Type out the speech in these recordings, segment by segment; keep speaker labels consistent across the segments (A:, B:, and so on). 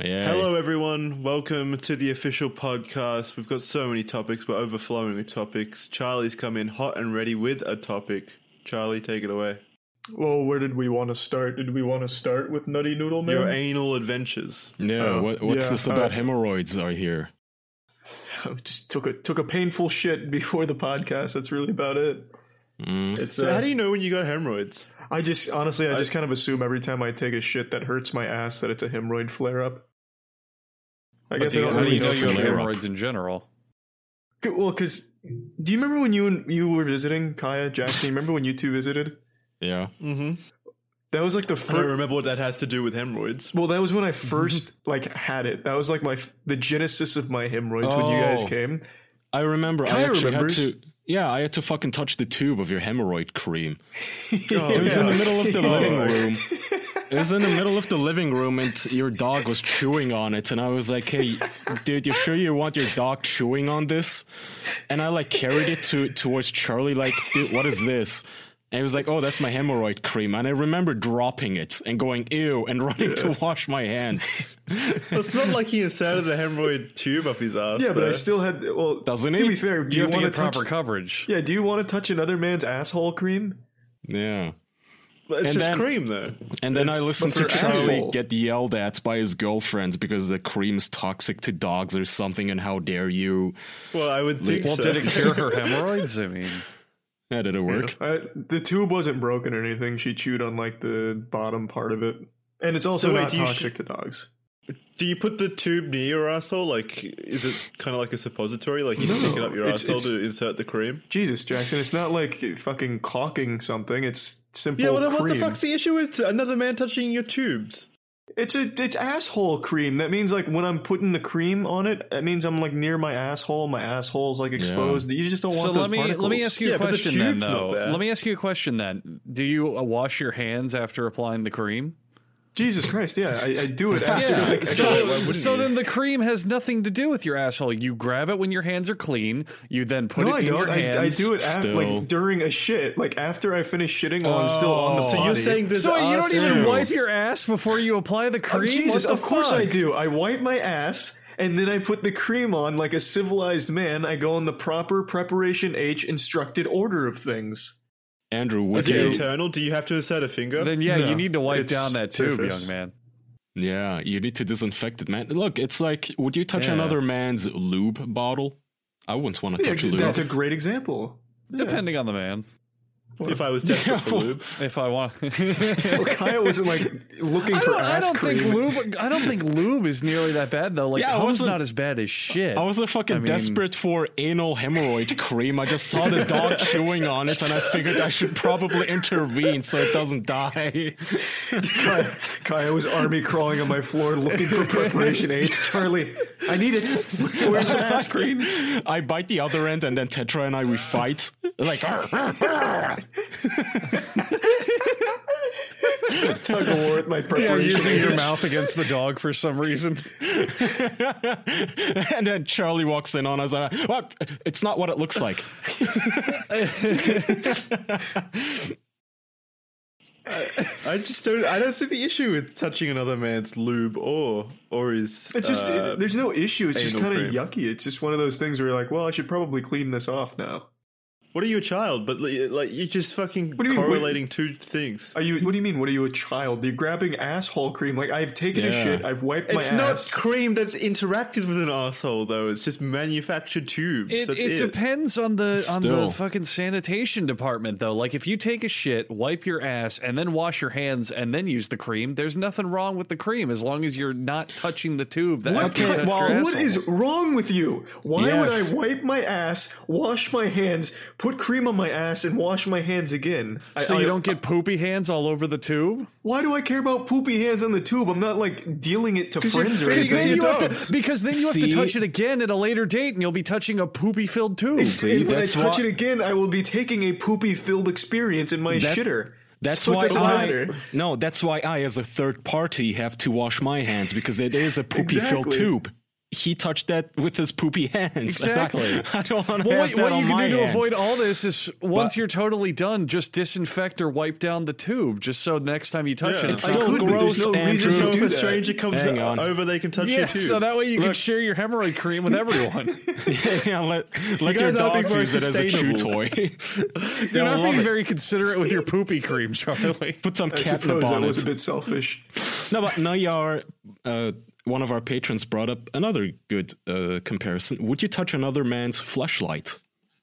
A: Yeah.
B: Hello, everyone. Welcome to the official podcast. We've got so many topics. We're overflowing with topics. Charlie's come in hot and ready with a topic. Charlie, take it away.
C: Well, where did we want to start? Did we want to start with Nutty Noodle Man?
B: Your anal adventures.
A: No,
C: Uh,
A: what, what's
C: yeah,
A: this about
C: uh,
A: hemorrhoids? I hear.
C: Just took a took a painful shit before the podcast. That's really about it.
A: Mm.
C: It's
B: So,
C: uh,
B: how do you know when you got hemorrhoids?
C: I just honestly, I
B: I-
C: just kind of assume every time I take a shit that hurts my ass that it's a hemorrhoid flare up. I guess I
A: do you-
C: don't
A: how do
C: really
A: you
C: know.
A: know
C: You
A: for
D: you have
A: sure?
D: hemorrhoids in general?
C: well, because do you remember when you and you were visiting Kaya Jackson? You remember when you two visited?
A: Yeah.
B: Mm-hmm.
C: That was like the
B: I don't
C: first.
B: remember what that has to do with hemorrhoids.
C: Well, that was when I first like had it. That was like my f- the genesis of my hemorrhoids when you guys
A: Oh.
C: came.
A: I remember. I
C: Kaya
A: actually
C: remembers.
A: had to. Yeah, I had to fucking touch the tube of your hemorrhoid cream.
C: Oh,
A: It was in
C: yeah.
A: the middle of the living
B: Oh.
A: room. It was in the middle of the living room, and your dog was chewing on it. And I was like, "Hey, dude, you sure you want your dog chewing on this?" And I like carried it to towards Charlie, like, "Dude, what is this?" And he was like, "Oh, that's my hemorrhoid cream." And I remember dropping it and going, "Ew!" and running to wash my hands.
B: it's not like he inserted the hemorrhoid tube up his ass.
C: Yeah, but I
B: though.
C: still had. Well,
A: Doesn't
C: to
A: he?
C: be fair, do
D: You,
C: you,
D: have to
C: want to
D: get
C: touch?
D: proper coverage.
C: yeah, do you want to touch another man's asshole cream?
A: Yeah.
B: It's
A: and
B: just
A: then-
B: cream, though.
A: And then I
C: It's-
A: listened to
C: but for
A: Charlie
C: asshole.
A: get yelled at by his girlfriend because the cream is toxic to dogs or something, and how dare you?
B: Well, I would think
D: Well,
B: so.
D: did it cure her hemorrhoids? I mean,
A: Yeah, did it work?
C: I, the tube wasn't broken or anything. She chewed on like the bottom part of it, and it's also
B: So wait,
C: not
B: do you
C: toxic to dogs.
B: Do you put the tube near your asshole? Like, is it kind of like a suppository? Like, you stick it up your
C: it's-
B: asshole
C: it's-
B: to insert the cream?
C: Jesus, Jackson, it's not like fucking caulking something. It's simple
B: Yeah, well, then what the
C: cream.
B: fuck's the issue with another man touching your tubes?
C: it's a it's asshole cream. That means like when I'm putting the cream on it, that means I'm like near my asshole. My asshole's like exposed. You just don't want.
D: so
C: those
D: let me let me
C: particles.
D: ask you
B: Yeah,
D: a
B: but the
D: question then.
B: tube's
D: Though,
B: not bad.
D: let me ask you a question then. Do you uh, wash your hands after applying the cream?
C: Jesus Christ, yeah, I, I do it after.
B: God,
C: like,
B: why
D: So,
B: wouldn't
D: so
B: you?
D: then the cream has nothing to do with your asshole. You grab it when your hands are clean. You then put
C: no,
D: it
C: I
D: in your
C: don't.
D: hands.
C: I, I do it af-
A: Still.
C: like during a shit, like after I finish shitting while I'm still on the
D: Oh.
C: body.
D: So
B: You're saying this?
D: So wait, you don't even
B: asshole-
D: wipe your ass before you apply the
C: Oh,
D: cream.
C: Jesus,
D: What the
C: of course
D: fuck?
C: I do. I wipe my ass and then I put the cream on like a civilized man. I go in the proper preparation H instructed order of things.
A: Andrew, would
B: Is it
A: you?
B: internal? Do you have to insert a finger?
D: Then yeah,
C: No,
D: you need to wipe
C: it's
D: down that tube,
C: surface.
D: young man.
A: yeah, you need to disinfect it, man. Look, it's like, would you touch
D: Yeah.
A: another man's lube bottle? I wouldn't want to
C: Yeah,
A: touch lube.
C: that's a great example.
D: Depending on the man.
B: if I was tested
A: Yeah,
B: for
A: well-
B: lube,
D: If I want,
C: Well, Kyle wasn't like looking
D: I
C: for
D: don't, I
C: ass
D: don't
C: cream.
D: think lube. I don't think lube is nearly that bad though. Like
A: Yeah, I
D: come's
A: wasn't-
D: not as bad as shit.
A: I wasn't fucking
D: I mean-
A: desperate for anal hemorrhoid cream. I just saw the dog chewing on it, and I figured I should probably intervene so it doesn't die.
C: Kyle, Kyle was army crawling on my floor looking for preparation H. Charlie, I need it. Where's the ass cream?
A: I bite the other end, and then Tetra and I we fight. Like, "Arr, arr, arr."
C: Tug of war with my
D: yeah,
C: preparation.
D: using your
C: H.
D: mouth against the dog for some reason.
A: and then Charlie walks in on us. Uh, what? It's not what it looks like.
B: I just don't. I don't see the issue with touching another man's lube or or his.
C: It's just
B: uh,
C: it, there's no issue. It's just
B: anal
C: kind of
B: cream.
C: yucky. It's just one of those things where you're like, well, I should probably clean this off now.
B: what are you a child? But li- like you're just fucking
C: do you mean, what-
B: correlating two things.
C: Are you? What do you mean? What are you a child? You're grabbing asshole cream. Like I've taken a
A: Yeah.
C: shit. I've wiped
B: It's
C: my
B: not
C: ass.
B: cream that's interacted with an asshole though. It's just manufactured tubes.
D: It,
B: that's
D: it depends on the on
A: Still.
D: the fucking sanitation department though. Like if you take a shit, wipe your ass, and then wash your hands, and then use the cream. There's nothing wrong with the cream as long as you're not touching the tube. That
C: What,
D: after you
C: ki-
D: touch
C: well,
D: your
C: what
D: asshole.
C: is wrong with you? Why
A: Yes.
C: would I wipe my ass, wash my hands, put cream on my ass, and wash my hands again? I-
D: so you
C: I-
D: don't get poopy hands all over the tube?
C: Why do I care about poopy hands on the tube? I'm not like dealing it to
B: you're
C: friends or
B: fake-
D: Because
C: anything.
D: then,
B: you
D: you have
B: don't.
D: to, because then you have
A: See?
D: to touch it again at a later date and you'll be touching a poopy filled tube.
A: See,
C: and when I
A: that's
C: touch
A: why-
C: it again, I will be taking a poopy filled experience in my
A: That-
C: shitter.
A: That's
C: So it
A: why
C: doesn't
A: I
C: matter.
A: no. That's why I, as a third party, have to wash my hands because it is a poopy filled
C: Exactly.
A: tube. he touched that with his poopy hands.
D: Exactly.
A: I, don't want to
D: Well,
A: have
D: what,
A: that
D: what
A: on
D: you can
A: my
D: do to
A: hands.
D: avoid all this is once you're totally done, just disinfect or wipe down the tube, just so next time you touch
B: Yeah.
D: it, it's
B: I
D: not
A: still
C: could, but there's
A: gross,
C: no reason
A: Andrew.
B: So if
C: do
B: a
C: that.
B: stranger comes
A: Hang on.
B: over, they can touch
D: Yeah,
B: your tube.
D: so that way you can share your hemorrhoid cream with everyone.
A: yeah, let, let your
B: guys aren't being
A: dog
B: very
A: use it as a chew
B: sustainable.
A: toy.
D: You're
A: They'll
D: not
A: love
D: being
A: it.
D: very considerate with your poopy cream, Charlie.
A: Put some
C: I
A: catnip
C: suppose that
A: on
C: was
A: it.
C: a bit selfish.
A: No, but now you are. Uh, one of our patrons brought up another good uh, comparison. Would you touch another man's flashlight?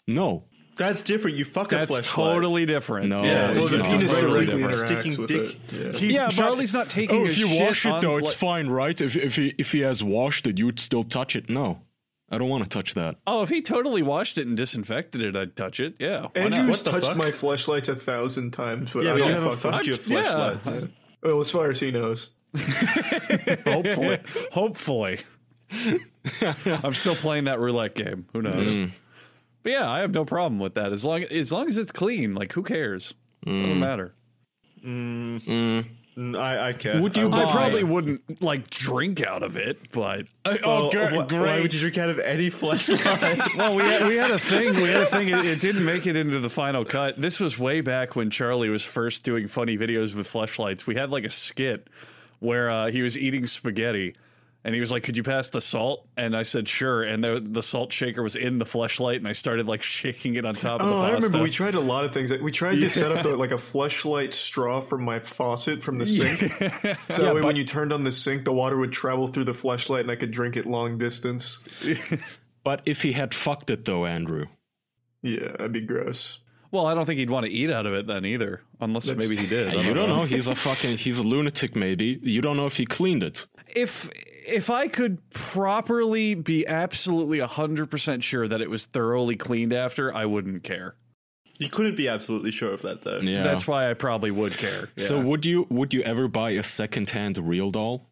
A: No.
B: That's different. You fuck a
D: That's
B: fleshlight.
D: totally different.
A: No.
B: Yeah,
A: Oh,
B: well,
A: it's
B: the
A: not.
B: penis
A: It's
B: totally
A: totally
B: different.
C: interacts
B: Sticking
C: with
B: dick.
C: it,
D: He's,
A: Yeah, but-
D: Charlie's not taking
A: Oh,
D: his
A: if you
D: shit
A: wash it
D: on
A: though, it's
D: pla-
A: fine, right? If if he if he has washed it, you'd still touch it. No, I don't want to touch that.
D: Oh, if he totally washed it and disinfected it, I'd touch it. Yeah. why not?
C: Andrew's
B: What the
C: touched
B: fuck?
C: my flashlights a thousand times, but
B: Yeah,
C: I
B: but you
C: don't
B: haven't
C: fuck them.
B: fucked your
D: Yeah.
B: fleshlights.
C: Well, as far as he knows.
D: Hopefully. Hopefully. I'm still playing that roulette game. Who knows? But yeah, I have no problem with that. As long as long as it's clean, like who cares? Doesn't matter.
B: Mm, I, I care.
A: Would you
B: I,
A: buy-
D: I probably wouldn't like drink out of it, but
A: oh, gr-
B: why, why would you drink out of any fleshlight?
D: well, we had, we had a thing. We had a thing. It, it didn't make it into the final cut. This was way back when Charlie was first doing funny videos with fleshlights. We had like a skit where uh, he was eating spaghetti. And he was like, "Could you pass the salt?" And I said, "Sure." And the, the salt shaker was in the fleshlight, and I started like shaking it on top of the
C: Oh,
D: pasta.
C: I remember we tried a lot of things. We tried to set up a, like a flashlight straw from my faucet from the sink. So that way when you turned on the sink, the water would travel through the flashlight, and I could drink it long distance.
A: But if he had fucked it though, Andrew.
C: Yeah, that'd be gross.
D: well, I don't think he'd want to eat out of it then either, unless maybe he did. I
A: You don't know. He's a fucking. He's a lunatic. Maybe you don't know if he cleaned it.
D: if if I could properly be absolutely 100% sure that it was thoroughly cleaned after, I wouldn't care.
B: you couldn't be absolutely sure of that, though.
A: Yeah.
D: That's why I probably would care.
A: So
D: Yeah.
A: would you would you ever buy a secondhand real doll?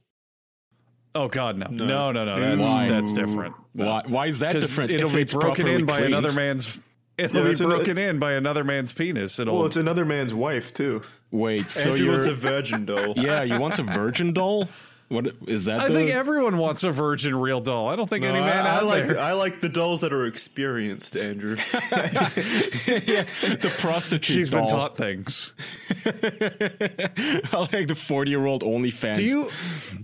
D: oh god, no,
B: No.
D: no, no, no. That's
A: Why?
D: that's different. No.
A: Why why is that
D: 'Cause
A: different?
D: It'll
A: if
D: be
A: it's
D: broken
A: properly
D: in by
A: cleaned?
D: another man's. It'll
C: Yeah,
D: be
C: it's another-
D: broken in by another man's penis. It'll.
C: Well, it's another man's wife too.
A: Wait, so
B: Andrew wants
A: you're
B: a virgin doll.
A: yeah, you want a virgin doll? What is that?
D: I
A: the-
D: think everyone wants a virgin real doll. I don't think
B: No,
D: any
B: I,
D: man
B: I
D: out
B: like
D: there.
B: I like the dolls that are experienced, Andrew.
A: the prostitute
D: She's been
A: doll.
D: taught things.
A: I like the forty-year-old OnlyFans.
D: Do you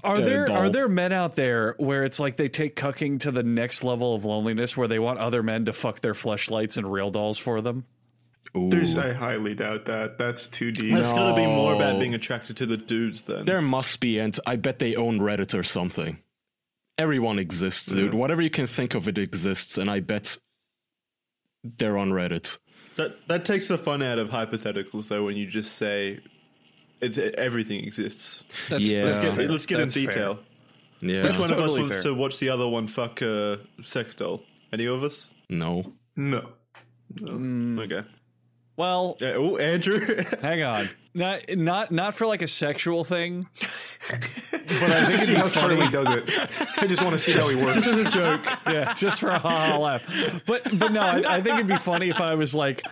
D: are there
A: doll.
D: are there men out there where it's like they take cucking to the next level of loneliness where they want other men to fuck their fleshlights and real dolls for them?
A: Ooh.
C: There's, I highly doubt that. That's too deep.
B: That's got to be more
A: No.
B: about being attracted to the dudes, then.
A: There must be, and I bet they own Reddit or something. Everyone exists, dude. Whatever you can think of, it exists, and I bet they're on Reddit.
B: That that takes the fun out of hypotheticals, though, when you just say it's e, everything exists.
D: That's,
A: Yeah.
D: that's
A: Let's
B: Let's
A: get-
D: fair.
B: get, let's get in
D: That's fair.
B: detail.
A: Yeah.
B: Which one of us
D: totally
B: wants
D: fair.
B: to watch the other one fuck a sex doll? Any of us?
A: No.
C: no.
D: Hmm.
B: Okay.
D: Well,
B: Yeah, oh, Andrew.
D: hang on. Not not not for like a sexual thing.
C: But I just to see how Charlie does it. I just want to see how he works.
B: this is a joke.
D: Yeah, just for a ha ha laugh. But but no, I, I think it'd be funny if I was like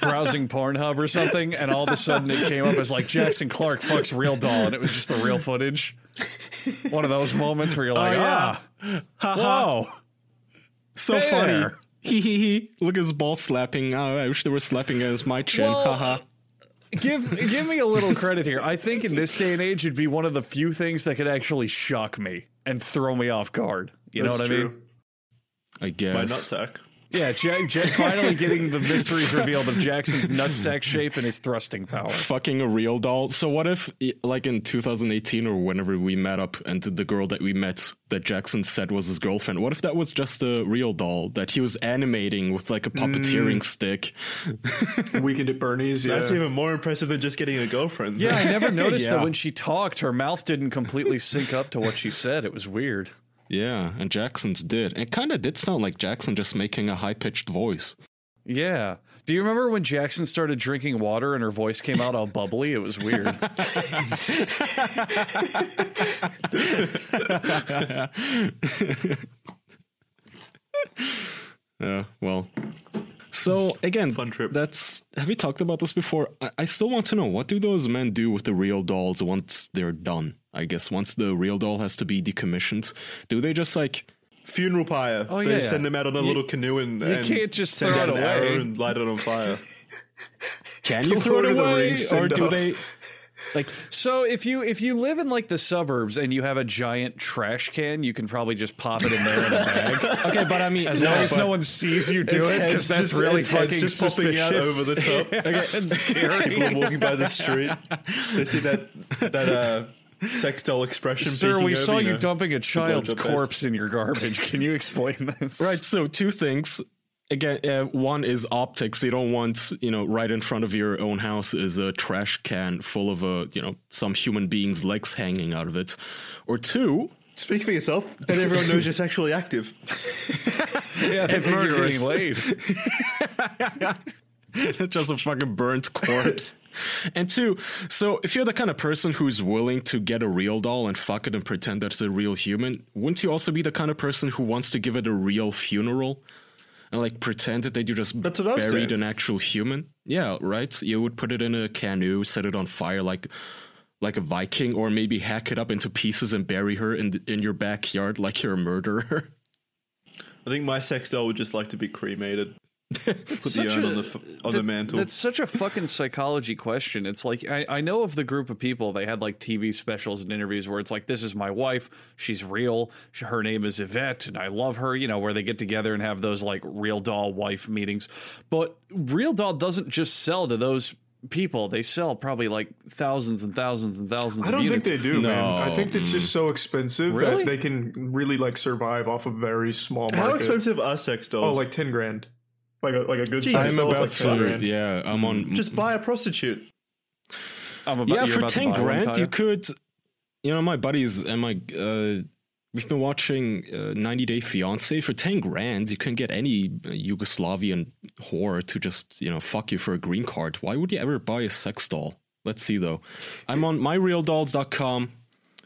D: browsing Pornhub or something, and all of a sudden it came up as like Jackson Clark fucks real doll, and it was just the real footage. One of those moments where you're
C: Oh,
D: like,
A: yeah.
D: ah, whoa.
A: So
D: Hey
A: funny.
D: there.
A: Hee hee hee. Look at his ball slapping. Oh, I wish they were slapping as my chin.
D: Well,
A: Haha.
D: give give me a little credit here. I think in this day and age, it'd be one of the few things that could actually shock me and throw me off guard. You know what I mean?
A: I
B: My
A: guess.
B: nutsack.
D: Yeah, Jack, Jack finally getting the mysteries revealed of Jackson's nutsack shape and his thrusting power.
A: Fucking a real doll. So what if, i- like in 2018 or whenever we met up, and the- the girl that we met that Jackson said was his girlfriend, what if that was just a real doll that he was animating with like a
B: Mm.
A: puppeteering stick?
C: Weekend at Bernie's. Yeah.
B: That's even more impressive than just getting a girlfriend.
D: Yeah, I never noticed
A: Yeah.
D: that when she talked, her mouth didn't completely sync up to what she said. It was weird.
A: Yeah, and Jackson's did. It kind of did sound like Jackson just making a high pitched voice.
D: Yeah. Do you remember when Jackson started drinking water and her voice came out all bubbly? It was weird.
A: Yeah, well. So again,
B: Fun trip.
A: That's have we talked about this before? I, I still want to know what do those men do with the real dolls once they're done? I guess once the real doll has to be decommissioned, do they just like
B: Funeral pyre.
D: Oh,
B: they
D: yeah,
B: send
D: yeah.
B: them out on a little canoe and
D: you
B: and
D: can't just
B: send
D: throw
B: out
D: it
B: an arrow
D: away.
B: and light it on fire.
A: Can you
C: The
A: throw it
C: Lord of the
A: away,
C: Rings
A: or do
C: send-off.
A: they? Like,
D: So if you if you live in like the suburbs and you have a giant trash can, you can probably just pop it in there in a bag.
A: okay, but I mean,
D: As
A: no,
D: long as
A: but-
D: no one sees you do it, because
B: it's
D: that's
B: just-
D: really
B: it's- it's
D: fucking
B: just popping
D: suspicious.
B: out over the top.
D: okay, and
B: People are
D: scary.
B: walking by the street, they see that that uh, sex doll expression.
D: Sir,
B: peeking
D: we
B: over,
D: saw you
B: know.
D: dumping a child's
B: up there.
D: corpse in your garbage. Can you explain this?
A: Right. So two things. Again, uh, one is optics. You don't want, you know, right in front of your own house is a trash can full of a, you know, some human being's legs hanging out of it. Or two,
B: Speak for yourself. Then everyone knows you're sexually active.
D: Yeah, and
A: murderous.
D: Getting laid.
A: just a fucking burnt corpse. and two, so if you're the kind of person who's willing to get a real doll and fuck it and pretend that it's a real human, wouldn't you also be the kind of person who wants to give it a real funeral and like pretend that you just
B: That's what I was
A: buried
B: saying.
A: an actual human? Yeah, right. You would put it in a canoe, set it on fire like like a Viking, or maybe hack it up into pieces and bury her in th- in your backyard like you're a murderer.
B: I think my sex doll would just like to be cremated. Put the
D: such
B: urn
D: a-
B: on the f- on the
D: That-
B: mantle.
D: That's such a fucking psychology question. It's like I, I know of the group of people they had like TV specials and interviews where it's like this is my wife, she's real, Sh- her name is Yvette, and I love her. You know where they get together and have those like real doll wife meetings, but real doll doesn't just sell to those people. They sell probably like thousands and thousands and thousands.
C: I don't
D: of
C: think
D: units.
C: they do, man. I
A: No.
C: think it's just so expensive
D: Really?
C: that they can really like survive off a very small market.
B: How expensive are sex dolls?
C: Oh, like ten grand, like a, like a good.
B: Jesus,
C: size
A: I'm
B: it's
C: doll,
A: about
C: it's like 10
A: to,
C: grand.
A: yeah, I'm on
B: just buy a prostitute.
D: I'm about,
A: yeah,
D: you're
A: for
D: about to
A: ten
D: buy one,
A: grand,
D: Kaya?
A: you could. You know, my buddies and my uh, we've been watching uh, 90 Day Fiance. For ten grand, you can get any uh, Yugoslavian whore to just you know fuck you for a green card. Why would you ever buy a sex doll? Let's see though. I'm on myrealdolls.com.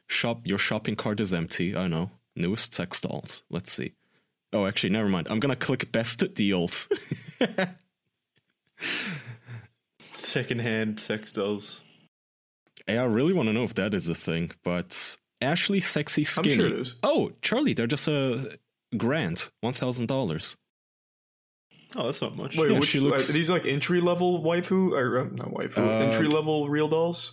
A: Shop your shopping cart is empty. I know newest sex dolls. Let's see. Oh, actually, never mind. I'm gonna click best deals.
B: Secondhand sex dolls.
A: Hey, I really want to know if that is a thing, but Ashley Sexy
C: I'm
A: Skinny.
C: sure it is.
A: Oh, Charlie, they're just a grand, one thousand dollars.
B: Oh, that's not much.
C: Wait,
A: Yeah,
C: which
A: she looks-
C: are these like entry level waifu or uh, not waifu?
A: Uh,
C: entry level real dolls.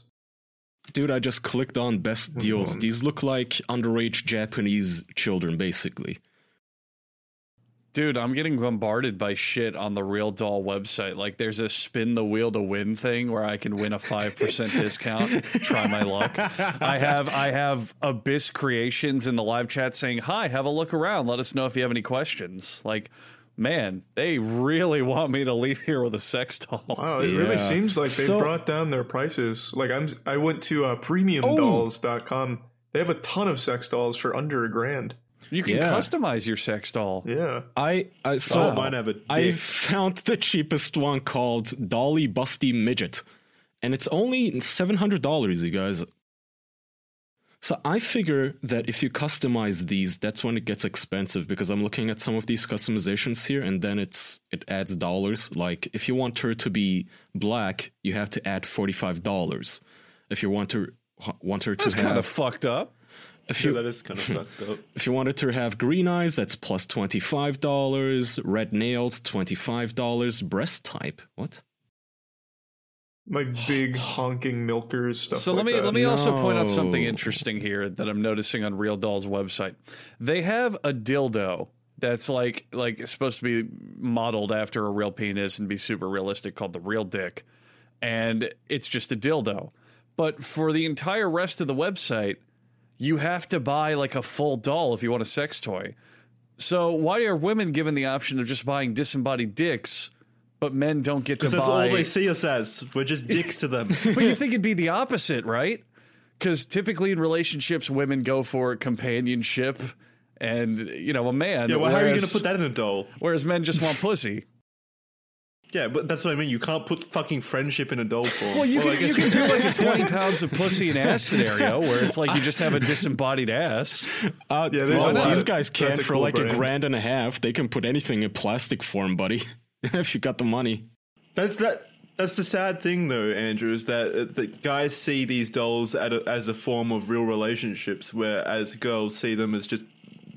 A: Dude, I just clicked on best deals.
C: Mhm.
A: These look like underage Japanese children, basically.
D: Dude, I'm getting bombarded by shit on the Real Doll website. Like, there's a spin the wheel to win thing where I can win a five percent discount. Try my luck. I have I have Abyss Creations in the live chat saying, "Hi, have a look around. Let us know if you have any questions." Like, man, they really want me to leave here with a sex doll.
C: Wow, it really
A: Yeah.
C: seems like they
A: So-
C: brought down their prices. Like I'm, I went to uh,
A: Oh.
C: premiumdolls.com. They have a ton of sex dolls for under a grand.
D: You can
A: Yeah.
D: customize your sex doll.
C: Yeah,
A: I, I so
B: Oh, mine have a dick.
A: I found the cheapest one called Dolly Busty Midget, and it's only seven hundred dollars, you guys. So I figure that if you customize these, that's when it gets expensive because I'm looking at some of these customizations here, and then it's it adds dollars. Like if you want her to be black, you have to add forty five dollars. If you want her want her to
D: That's
A: have
D: kind of fucked up.
A: if
B: Yeah,
A: you
B: that is kind of fucked up.
A: if you wanted to have green eyes, that's plus $25. Red nails, $25. Breast type. What?
C: like big honking milkers stuff.
D: So
C: like
D: let me
C: that.
D: let me also point out something
A: No.
D: interesting here that I'm noticing on Real Doll's website. They have a dildo that's like like it's supposed to be modeled after a real penis and be super realistic called the real dick. And it's just a dildo. But for the entire rest of the website, you have to buy like a full doll if you want a sex toy. So why are women given the option of just buying disembodied dicks, but men don't get to
B: That's
D: buy
B: all they see us as. We're just dicks to them.
D: but you think it'd be the opposite, right? Because typically in relationships, women go for companionship, and you know, a man.
B: Yeah, well, how are you going to
D: whereas-
B: put that in a doll?
D: Whereas men just want pussy.
B: Yeah, but that's what I mean. You can't put fucking friendship in a doll form.
D: Well, you
B: Well, I
D: can you
B: guess-
D: can do like a twenty pounds of pussy and ass scenario where it's like you just have a disembodied ass.
A: Uh,
C: Yeah, there's
A: well,
C: a lot.
A: these guys can
C: That's a
A: for
C: cool
A: like a
C: brand.
A: grand and a half. They can put anything in plastic form, buddy. if you got the money.
B: That's that. That's the sad thing, though, Andrew, is that uh, that guys see these dolls at a, as a form of real relationships, whereas girls see them as just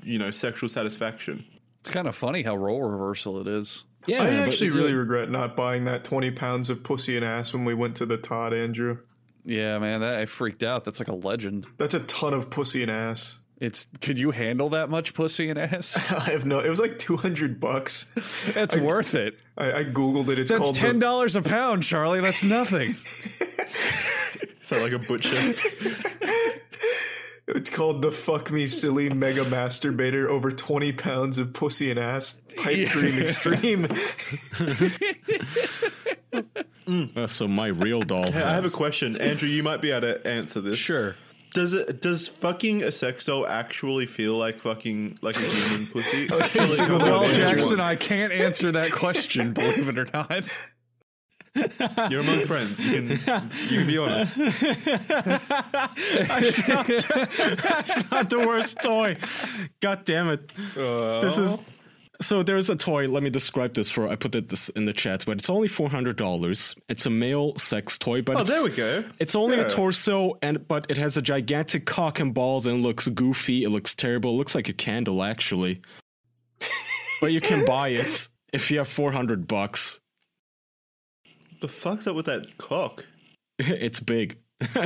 B: you know, sexual satisfaction.
D: It's kind of funny how role reversal it is.
A: Yeah,
C: I
A: but-
C: actually really regret not buying that 20 pounds of pussy and ass when we went to the Todd Andrew.
D: Yeah, man, that I freaked out. That's like a legend.
C: That's a ton of pussy and ass.
D: It's could you handle that much pussy and ass?
C: I have no. It was like 200 bucks.
D: That's worth it.
C: I, I googled it. It's
D: That's
C: called
D: ten
C: The,
D: dollars a pound, Charlie. That's nothing.
B: Is that like a butcher?
C: it's called the fuck me silly mega masturbator over 20 pounds of pussy and ass pipe dream extreme.
A: Uh, so my real doll.
B: I have a question, Andrew. You might be able to answer this.
D: sure.
B: Does it does fucking a sex doll actually feel like fucking like a human pussy? Actually, come on,
D: Well,
B: Andrew.
D: Jackson, I can't answer that question. Believe it or not.
B: you're among friends. You can you can be honest.
A: not the worst toy. God damn it. This is so there's a toy. Let me describe this for I put it this in the chat, but it's only four hundred dollars. It's a male sex toy, but
B: Oh,
A: it's,
B: there we go.
A: It's only
B: Yeah.
A: a torso, and but it has a gigantic cock and balls, and looks goofy. It looks terrible. It looks like a candle, actually. but you can buy it if you have four hundred bucks.
B: The fuck's up with that cock?
A: it's big.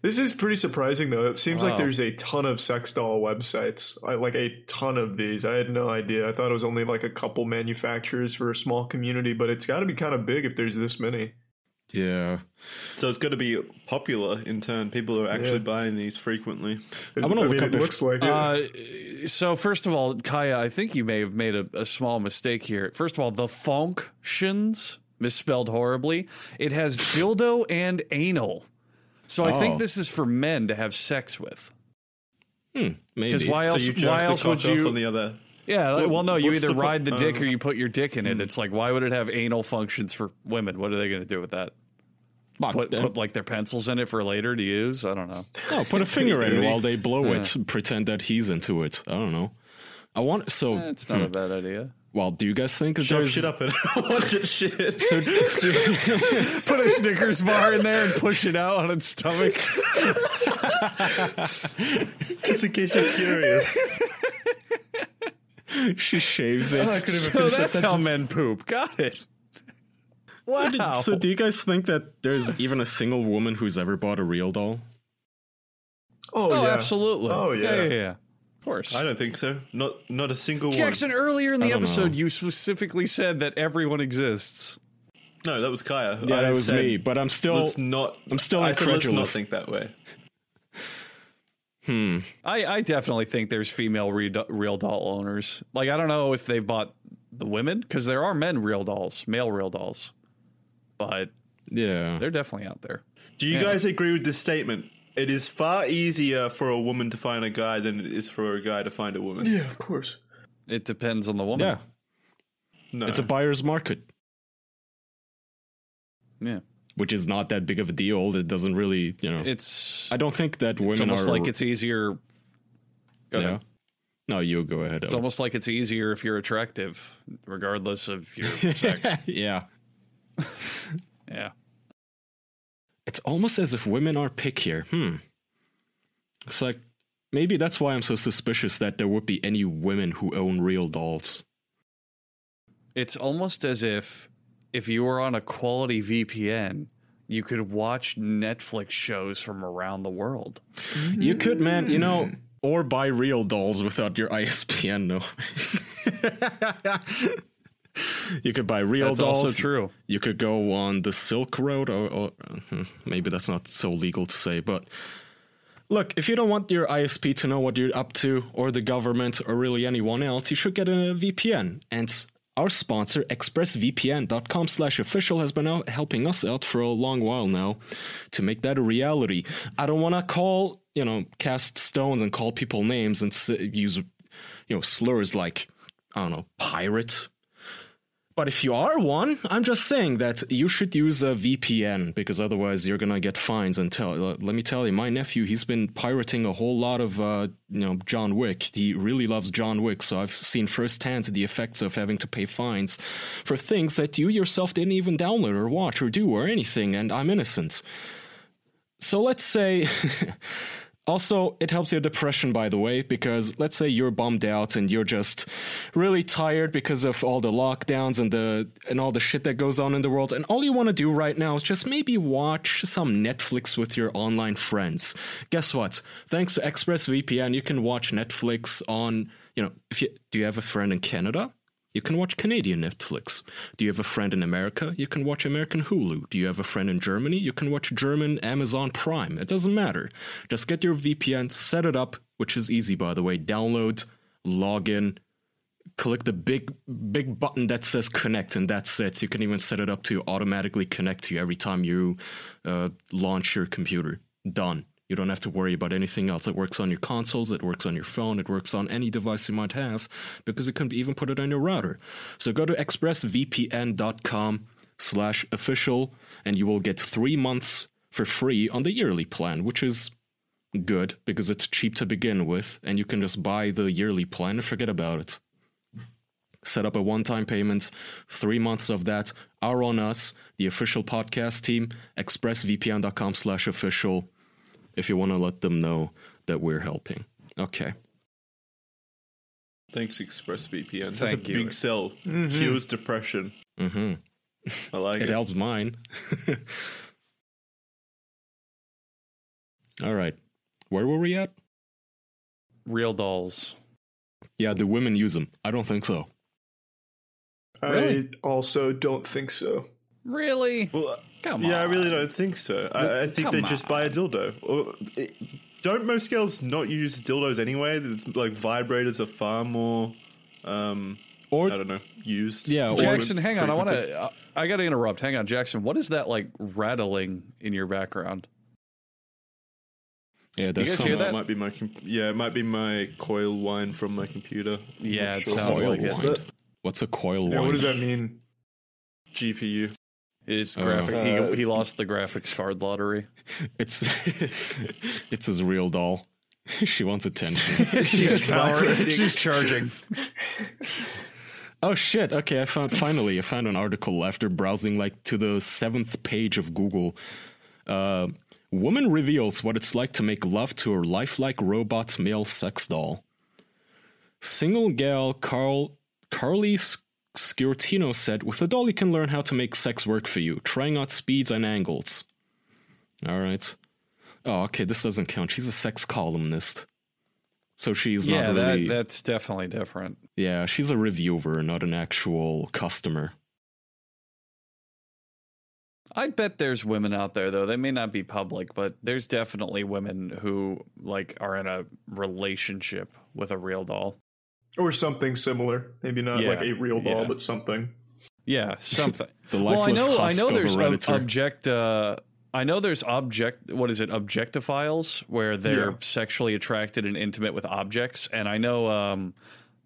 C: This is pretty surprising though. It seems
D: Wow.
C: like there's a ton of sex doll websites. I, like a ton of these. I had no idea. I thought it was only like a couple manufacturers for a small community, but it's got to be kind of big if there's this many.
A: yeah.
B: So it's going to be popular in turn. People are actually
C: Yeah.
B: buying these frequently.
C: It,
A: I wanna look
C: mean,
A: up
C: it
A: if-
C: looks like it.
D: Uh, so first of all, Kaya, I think you may have made a, a small mistake here. First of all, the functions misspelled horribly. It has dildo and anal. So I think
A: Oh.
D: this is for men to have sex with.
A: Hmm,
D: Because
A: maybe.
D: why
B: So
D: else?
B: you
D: why
B: jerk the
D: else
B: cock
D: would
B: off on
D: you?
B: the other?
D: yeah. like, well, no. You
B: what's
D: either
B: the po-
D: ride the dick
B: uh, hmm.
D: or you put your dick in it. It's like why would it have anal functions for women? What are they going to do with that?
A: Fuck
D: Put,
A: them.
D: put like their pencils in it for later to use. I don't know.
A: No, put a finger in while they blow it. Pretend that he's into it. I don't know. I want so.
D: Eh, It's
B: Hmm.
D: not a bad idea.
A: well, do you guys think that
B: Shove
A: there's
B: shit up and watch it shit.
A: So, do,
D: Put a Snickers bar in there and push it out on its stomach.
B: Just in case you're curious.
A: she shaves it.
B: I could have
D: So
B: finished that
D: that's how
B: sentence.
D: men poop. Got it. Wow.
A: So, do you guys think that there's even a single woman who's ever bought a real doll?
C: oh,
D: oh,
C: yeah,
D: absolutely.
C: Oh, yeah.
D: yeah, yeah. Of course.
B: I don't think so. Not not a single
D: Jackson, earlier in the
A: don't
D: episode,
A: know.
D: you specifically said that everyone exists.
B: one. No, that was Kaya.
A: Yeah,
B: I
A: that was
B: said,
A: me. But I'm still.
B: Let's not.
A: I'm still
B: I said, let's not
A: incredulous.
B: think that way.
D: I, I definitely think there's female re- real doll owners. Like, I don't know if they bought the women because there are men real dolls, male real dolls, but
A: Yeah.
D: they're definitely out there.
B: Do you guys agree with this statement? It is far easier for a woman to find a guy than it is for a guy to find a woman.
C: yeah, of course.
D: It depends on the woman.
A: Yeah.
B: No,
A: It's a buyer's market,
D: Yeah.
A: which is not that big of a deal. It doesn't really, you know.
D: It's,
A: I don't think that women
D: it's almost
A: are.
D: like it's easier.
A: Yeah.
D: Go ahead.
A: No, you go ahead.
D: It's almost like it's easier if you're attractive, regardless of your sex.
A: yeah.
D: yeah.
A: It's almost as if women are pickier. Hmm. It's like maybe that's why I'm so suspicious that there would be any women who own real dolls.
D: It's almost as if if you were on a quality VPN, you could watch Netflix shows from around the world.
A: You could, man, you know, or buy real dolls without your ISPN. No. you could buy real
D: That's
A: dolls.
D: also true.
A: You could go on the Silk Road, or, or hmm, maybe that's not so legal to say, but look, if you don't want your ISP to know what you're up to, or the government, or really anyone else, you should get a VPN. And our sponsor, expressvpn.com slash official, has been out helping us out for a long while now to make that a reality. I don't want to call, you know, cast stones and call people names and s- use, you know, slurs like, I don't know, pirate, but if you are one, I'm just saying that you should use a VPN because otherwise you're gonna get fines. And tell, uh, let me tell you, my nephew, he's been pirating a whole lot of, uh, you know, John Wick. He really loves John Wick, so I've seen firsthand the effects of having to pay fines for things that you yourself didn't even download or watch or do or anything. And I'm innocent. So let's say. Also, it helps your depression, by the way, because let's say you're bummed out and you're just really tired because of all the lockdowns and the and all the shit that goes on in the world, and all you want to do right now is just maybe watch some Netflix with your online friends. Guess what? Thanks to ExpressVPN, you can watch Netflix on you know if you do you have a friend in Canada. You can watch Canadian Netflix. Do you have a friend in America? You can watch American Hulu. Do you have a friend in Germany? You can watch German Amazon Prime. It doesn't matter. Just get your VPN, set it up, which is easy by the way. Download, log in, click the big big button that says connect and that's it. You can even set it up to automatically connect to you every time you uh, launch your computer. Done. You don't have to worry about anything else. It works on your consoles, it works on your phone, it works on any device you might have because you can even put it on your router. So go to expressvpn.com slash official and you will get three months for free on the yearly plan, which is good because it's cheap to begin with and you can just buy the yearly plan and forget about it. Set up a one time payment, three months of that are on us, the official podcast team, expressvpn.com slash official if you want to let them know that we're helping. Okay.
B: Thanks, ExpressVPN. That's
D: Thank
B: a
D: you.
B: big sell. Cures depression.
A: Mm-hmm.
B: I like
A: It
B: it.
A: helps mine. All right. Where were we at?
D: Real dolls.
A: Yeah, do women use them? I don't think so.
C: I
D: Really?
C: also don't think so.
D: Really?
B: Well,
D: Come
B: yeah, I really
D: on.
B: don't think so. I, I think
D: come
B: they just buy a dildo. Or, it, don't most girls not use dildos anyway? It's like vibrators are far more, um,
A: Or
B: I don't know, used.
A: Yeah, or-
D: Jackson, hang on. I want to. I, I got to interrupt. Hang on, Jackson. What is that like rattling in your background?
A: yeah,
D: You
A: there's
D: guys
A: some. uh,
D: hear
B: That
D: that?
B: might be my comp- yeah, it might be my coil wine from my computer.
D: Yeah,
B: Not
D: it
B: sure.
D: sounds
A: Coil
D: like it.
A: wind. What's a coil
C: Yeah,
A: wind?
C: what does that mean?
B: GPU.
D: Is
A: Oh.
D: graphic?
C: Uh,
D: he, he lost the graphics card lottery.
A: It's it's his real doll. she wants attention.
D: She's powering. She's charging.
A: oh shit! Okay, I found finally I found an article after browsing like to the seventh page of Google. Uh, woman reveals what it's like to make love to her lifelike robot male sex doll. Single gal Carl Carly Sc- Sciortino said, "With a doll, you can learn how to make sex work for you, trying out speeds and angles." All right. Oh, okay. This doesn't count. She's a sex columnist, so she's
D: Yeah,
A: not really.
D: that, that's definitely different.
A: Yeah, she's a reviewer, not an actual customer.
D: I bet there's women out there though. They may not be public, but there's definitely women who like are in a relationship with a real doll.
C: Or something similar. Maybe not
D: Yeah,
C: like a real doll,
D: yeah.
C: but something.
D: Yeah, something.
A: The
D: well, I
A: lifeless
D: know. I
A: husk
D: know
A: of a
D: there's ob-
A: Redditor.
D: object. Uh, I know there's object. What is it? Objectophiles, where they're
C: Yeah.
D: sexually attracted and intimate with objects. And I know um,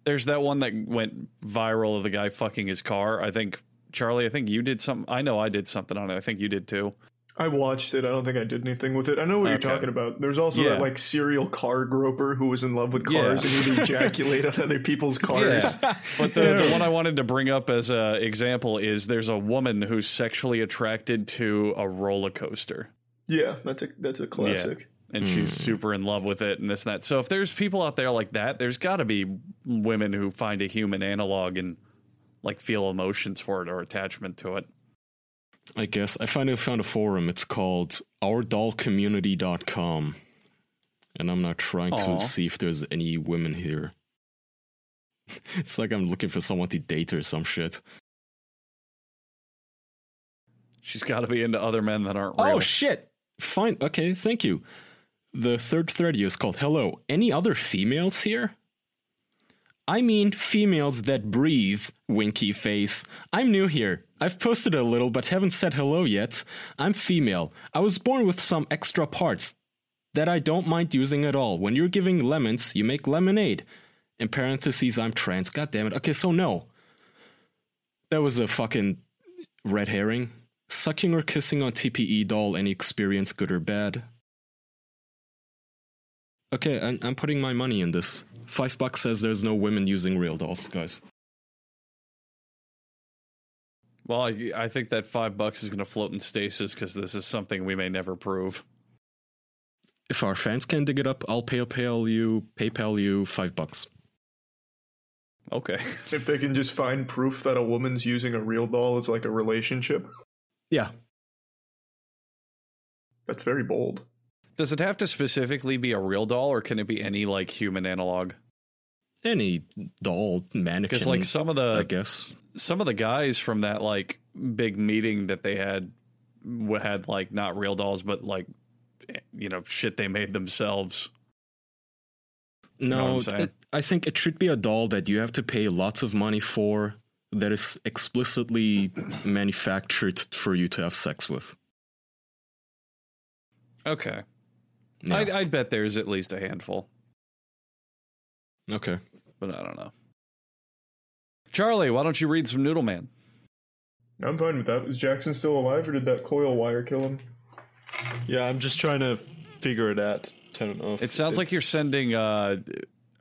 D: there's that one that went viral of the guy fucking his car. I think Charlie. I think you did something. I know I did something on it. I think you did too.
C: I watched it. I don't think I did anything with it. I know what
D: Okay.
C: you're talking about. There's also
D: Yeah.
C: that like serial car groper who was in love with
D: Yeah.
C: cars and he would ejaculate on other people's cars.
D: But the, the one I wanted to bring up as an example is there's a woman who's sexually attracted to a roller coaster.
C: Yeah, that's a that's a classic.
D: And she's super in love with it and this and that. So if there's people out there like that, there's got to be women who find a human analog and like feel emotions for it or attachment to it.
A: I guess I finally found a forum. It's called ourdollcommunity.com. And I'm not trying
D: Aw.
A: to see if there's any women here. it's like I'm looking for someone to date or some shit.
D: She's got to be into other men that
A: Oh,
D: aren't real.
A: shit. Fine. Okay, thank you. The third thread here is called Hello. Any other females here? I mean, females that breathe, winky face. I'm new here. I've posted a little, but haven't said hello yet. I'm female. I was born with some extra parts that I don't mind using at all. When you're giving lemons, you make lemonade. In parentheses, I'm trans. God damn it. Okay, so no. That was a fucking red herring. Sucking or kissing on TPE doll, any experience, good or bad? Okay, I'm, I'm putting my money in this. Five bucks says there's no women using real dolls, guys.
D: well, I, I think that five bucks is going to float in stasis because this is something we may never prove.
A: If our fans can dig it up, I'll pay PayPal you PayPal you five bucks.
D: Okay.
C: If they can just find proof that a woman's using a real doll as like a relationship,
A: Yeah,
C: that's very bold.
D: Does it have to specifically be a real doll, or can it be any like human analog?
A: any doll mannequin.
D: Because like uh, some of
A: I
D: the
A: guess.
D: some of the guys from that like big meeting that they had w- had like not real dolls, but like eh, you know shit they made themselves. know what
A: No,
D: I'm saying?
A: it- I think it should be a doll that you have to pay lots of money for that is explicitly manufactured for you to have sex with.
D: Okay,
A: Yeah.
D: I'd, I'd bet there's at least a handful,
A: okay.
D: but I don't know. Charlie, why don't you read some Noodle Man?
C: I'm fine with that. Is Jackson still alive, or did that coil wire kill him?
B: Yeah, I'm just trying to figure it out. Turn it off.
D: It sounds like you're
B: It's-
D: sending uh,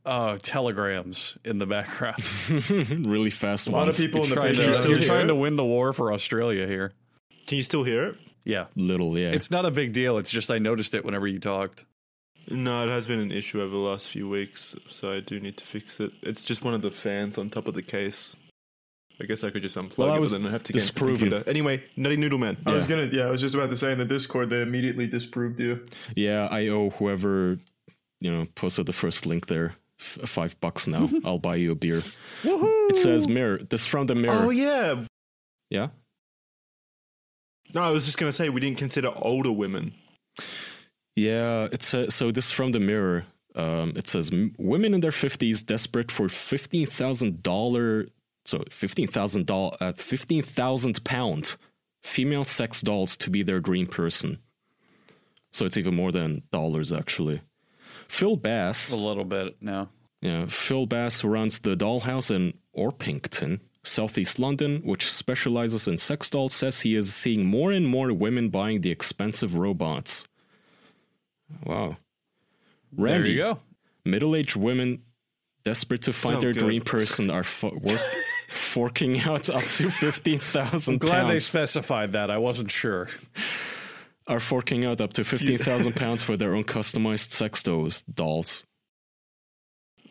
D: uh, telegrams in the background.
A: really fast
B: A lot of
A: ones.
B: people in the
D: Trying
B: picture.
C: you
D: to- you're
B: Can
C: still
B: you,
D: trying
B: hear
D: to
B: it?
D: win the war for Australia here.
B: Can you still hear it?
D: Yeah.
A: Little, yeah.
D: It's not a big deal. It's just I noticed it whenever you talked.
B: No, it has been an issue over the last few weeks, so I do need to fix it. It's just one of the fans on top of the case. I guess I could just unplug
A: Well, I
B: it,
A: was
B: but then I have to get into the
A: disproven.
B: computer. Anyway, Nutty Noodle Man.
C: I was gonna. Yeah, I was just about to say in the Discord they immediately disproved you.
A: yeah, I owe whoever, you know, posted the first link there f- five bucks now. I'll buy you a beer. It says mirror. This is from the mirror.
B: Oh yeah.
A: yeah.
B: No, I was just gonna say we didn't consider older women.
A: Yeah, it's a, so this is from the Mirror. Um, it says "M- women in their fifties desperate for fifteen thousand dollar, so fifteen thousand doll, uh, fifteen thousand pound female sex dolls to be their dream person. So it's even more than dollars actually. Phil Bass,
D: A little bit now.
A: yeah, Phil Bass runs the Dollhouse in Orpington, southeast London, which specializes in sex dolls, says he is seeing more and more women buying the expensive robots. Wow.
D: There
A: Randy,
D: you go.
A: middle aged women desperate to find
B: Oh,
A: their
B: good.
A: dream person are fo- work- forking out up to 15,000
D: Glad they
A: pounds.
D: specified that. I wasn't sure.
A: are forking out up to 15,000 pounds for their own customized sex dolls. dolls.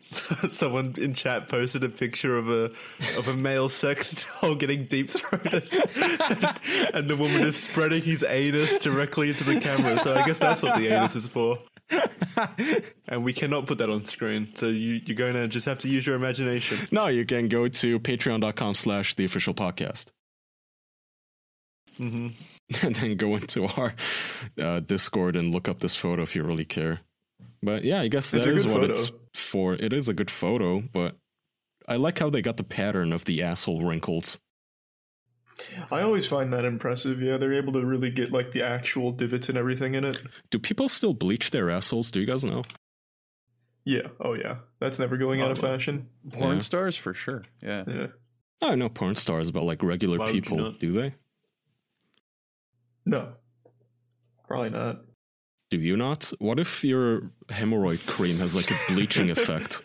B: Someone in chat posted a picture of a of a male sex doll getting deep throated, and the woman is spreading his anus directly into the camera. So I guess that's what the anus is for. And we cannot put that on screen, so you, you're going to just have to use your imagination.
A: No, you can go to patreon.com slash the official podcast.
B: hmm
A: and then go into our uh, Discord and look up this photo if you really care. But yeah, I guess that
C: It's a
A: is
C: good
A: what
C: photo.
A: it's for. It is a good photo, but I like how they got the pattern of the asshole wrinkles.
C: I always find that impressive. Yeah, they're able to really get like the actual divots and everything in it.
A: Do people still bleach their assholes? Do you guys know?
C: Yeah. Oh yeah. That's never going out of
D: Oh, well.
C: fashion.
D: Porn
A: Yeah.
D: stars for sure. Yeah.
C: Yeah.
A: Oh, I know porn stars, but like regular
B: Why would you
A: people,
B: not?
A: do they?
C: No. Probably not.
A: Do you not? What if your hemorrhoid cream has like a bleaching effect?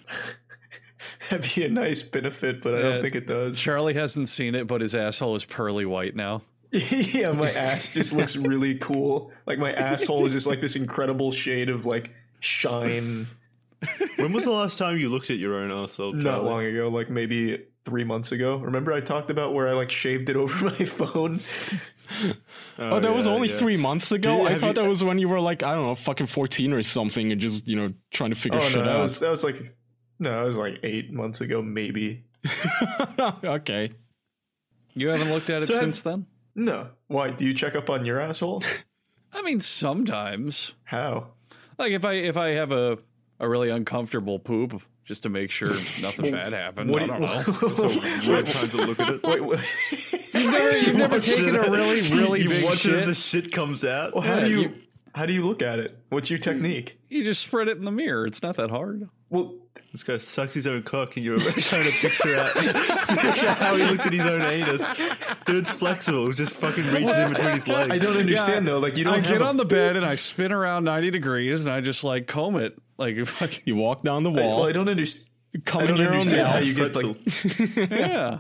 C: That'd be a nice benefit, but I
D: Yeah.
C: don't think it does.
D: Charlie hasn't seen it, but his asshole is pearly white now.
C: yeah, my ass just looks really cool. Like my asshole is just like this incredible shade of like shine.
B: When was the last time you looked at your own asshole?
C: Not
B: Charlie?
C: long ago, like maybe three months ago. Remember I talked about where I like shaved it over my phone?
A: Oh, that was
B: yeah,
A: only
B: yeah.
A: three months ago.
C: you-
A: I
C: have
A: thought
C: you-
A: that was when you were like I don't know, fucking fourteen or something, and just you know trying to figure
C: oh
A: shit
C: no, that
A: out.
C: was that was like no, that was like eight months ago, maybe.
A: okay.
D: You haven't looked at it
B: So have-
D: since then?
C: No. Why? Do you check up on your asshole?
D: I mean, sometimes.
C: How?
D: Like if I if I have a a really uncomfortable poop just to make sure nothing bad happened. I don't know.
B: It's a weird time to look at it.
C: Wait, wait.
D: You've never, you've never taken a really really
B: you
D: big
B: watch
D: shit.
B: as the shit comes out.
C: Well, how
D: Yeah,
C: do you,
D: you-
C: how do you look at it? What's your technique?
D: you just spread it in the mirror. It's not that hard.
C: Well,
B: This guy sucks his own cock, and you're trying to picture out picture how he looks at his own anus. Dude's flexible; it just fucking reaches in between his legs.
C: I don't understand
D: Yeah,
C: though. Like you don't
D: I
C: have
D: get
C: a-
D: on the bed and I spin around ninety degrees and I just like comb it like fucking
A: You walk down the
C: I-
A: wall.
C: well, I don't understand.
A: come
C: I
A: in
C: don't
A: your own
C: understand how
A: mouth.
C: you get
B: pretzel.
C: like
D: yeah.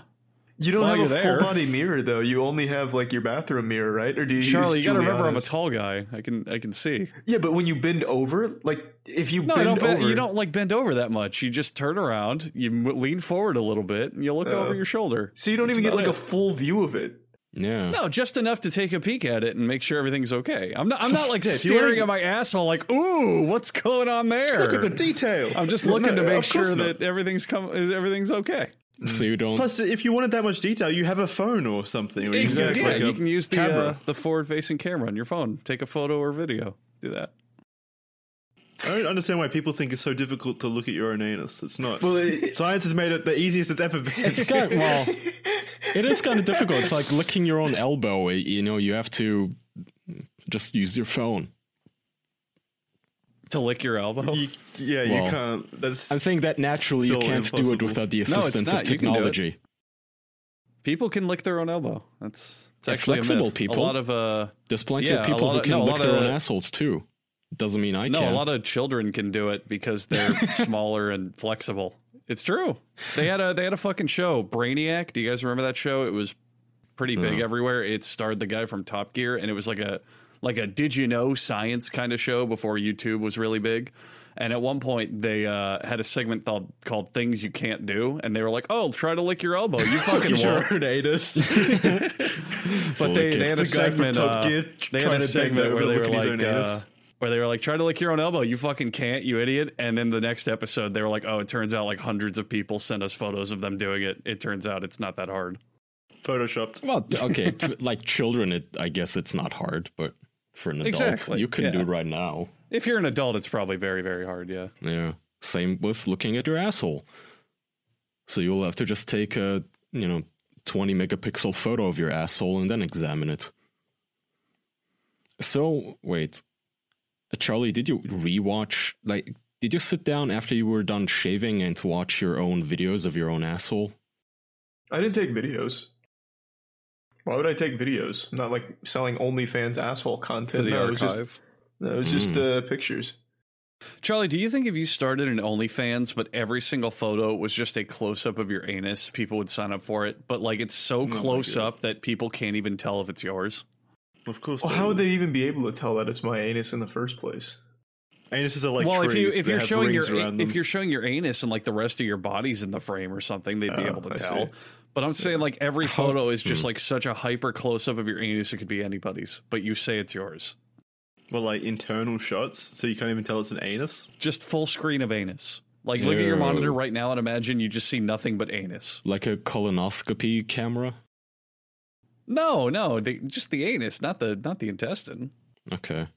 C: You don't
D: While
C: have a
D: you're
C: full
D: there.
C: body mirror though. You only have like your bathroom mirror, right? Or do you?
D: Charlie,
C: use
D: you gotta remember I'm a
C: Juliana's?
D: tall guy. I can I can see.
C: yeah, but when you bend over, like if you
D: No, I
C: bend
D: don't bend,
C: over,
D: you don't like bend over that much. You just turn around, you m- lean forward a little bit, and you look over your shoulder.
C: So you don't even get
D: about
C: like a
D: it.
C: full view of it.
A: Yeah.
D: No, just enough to take a peek at it and make sure everything's okay. I'm not. I'm not like
B: you wanna-
D: staring at my asshole, like, "Ooh, what's going on there?"
B: Look at the detail.
D: I'm just looking to
C: No,
D: make
C: of
D: sure
C: course not.
D: that everything's come. Is everything's okay?
A: So you don't.
B: Plus, if you wanted that much detail, you have a phone or something. Or you can get,
D: Yeah,
B: like, a
D: you can use the
B: camera.
D: uh, the forward facing camera on your phone. Take a photo or video. Do that.
B: I don't understand why people think it's so difficult to look at your own anus. It's not.
C: Well, it-
B: Science has made it the easiest it's ever been.
A: it's kind well, it is kind of difficult. It's like licking your own elbow. eh, You know, you have to just use your phone.
D: To lick your elbow.
B: You- yeah,
A: Well,
B: you can't. That's
A: I'm saying that naturally you
B: Still
A: can't do it
B: impossible.
A: without the
D: it's
A: assistance of
D: not. You can do it.
A: technology.
D: People can lick their own elbow. That's it's
A: They're
D: actually
A: flexible
D: a myth.
A: people.
D: A lot of uh,
A: There's plenty
D: Yeah,
A: of
D: a
A: people
D: lot
A: who
D: of-
A: can
D: no, a
A: lick
D: lot
A: their own
D: of-
A: assholes too. Doesn't mean I
D: no,
A: can.
D: a lot of children can do it because they're smaller and flexible. It's true. They had a they had a fucking show, Brainiac. Do you guys remember that show? It was pretty
A: Hmm.
D: big everywhere. It starred the guy from Top Gear, and it was like a like a did you know science kind of show before YouTube was really big. And at one point, they uh, had a segment called, called "Things You Can't Do," and they were like, "Oh, try to lick your elbow. You fucking
B: your
D: won't."
B: own anus.
D: But they,
A: Like,
D: they
A: it's
D: had
B: the guy
D: a
B: from
D: segment.
B: Top
D: uh,
B: Gear
D: they had
B: trying
D: a
B: to
D: segment
B: bend
D: where
B: over
D: they were
B: looking at his
D: like,
B: own
D: uh,
B: anus.
D: where they were like, try to lick your own elbow. You fucking can't, you idiot. And then the next episode, they were like, oh, it turns out like hundreds of people sent us photos of them doing it. It turns out it's not that hard.
B: photoshopped.
A: Well, okay, t- like children, it, I guess it's not hard, but for an adult,
D: Exactly,
A: you can do
D: yeah.
A: it right now.
D: If you're an adult, it's probably very, very hard. Yeah.
A: Yeah. Same with looking at your asshole. So you'll have to just take a, you know, 20 megapixel photo of your asshole and then examine it. So, wait. Uh, Charlie, did you rewatch like did you sit down after you were done shaving and to watch your own videos of your own asshole?
C: I didn't take videos. Why would I take videos? I'm not like selling OnlyFans asshole content. no, it was just, no, it was just uh, pictures.
D: Charlie, do you think if you started an OnlyFans, but every single photo was just a close up of your anus, people would sign up for it? But like it's
C: Oh
D: so close up that people can't even tell if it's yours?
B: Of course.
C: Well, how would they even be able to tell that it's my anus in the first place?
B: Anuses are like
D: well, if you
B: trees.
D: if
B: They
D: you're
B: have
D: showing your
B: rings around
D: if
B: them.
D: you're showing your anus and like the rest of your body's in the frame or something, they'd be
C: Oh,
D: able to
C: I
D: tell.
C: see.
D: But I'm saying like every photo is just like such a hyper close up of your anus, it could be anybody's, but you say it's yours.
B: well, like internal shots, so you can't even tell it's an anus.
D: Just full screen of anus. Like look at your
A: Ew.
D: monitor right now and imagine you just see nothing but anus.
A: Like a colonoscopy camera?
D: No, no, they, just the anus, not the not the intestine.
A: Okay.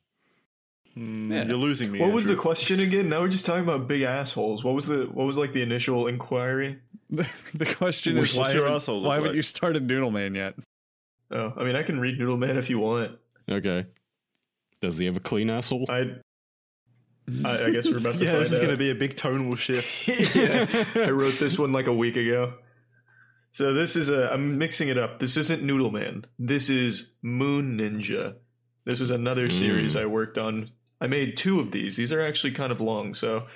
B: Mm,
D: Yeah.
B: You're losing me.
C: what was the
B: Andrew.
C: question again? Now we're just talking about big assholes. What was the what was like the initial inquiry?
D: The, the question
B: Which
D: is
B: does
D: why,
B: your
D: haven't-
B: asshole look
D: why haven't
B: like?
D: you started Noodle Man yet?
C: Oh, I mean, I can read Noodleman if you want.
A: Okay. Does he have a clean asshole?
C: I, I, I guess we're about to
B: Yeah,
C: find
B: this is
C: out.
B: going to be a big tonal shift.
C: yeah, I wrote this one like a week ago. So this is a I'm mixing it up. This isn't Noodle Man. This is Moon Ninja. This was another series I worked on. I made two of these. These are actually kind of long. So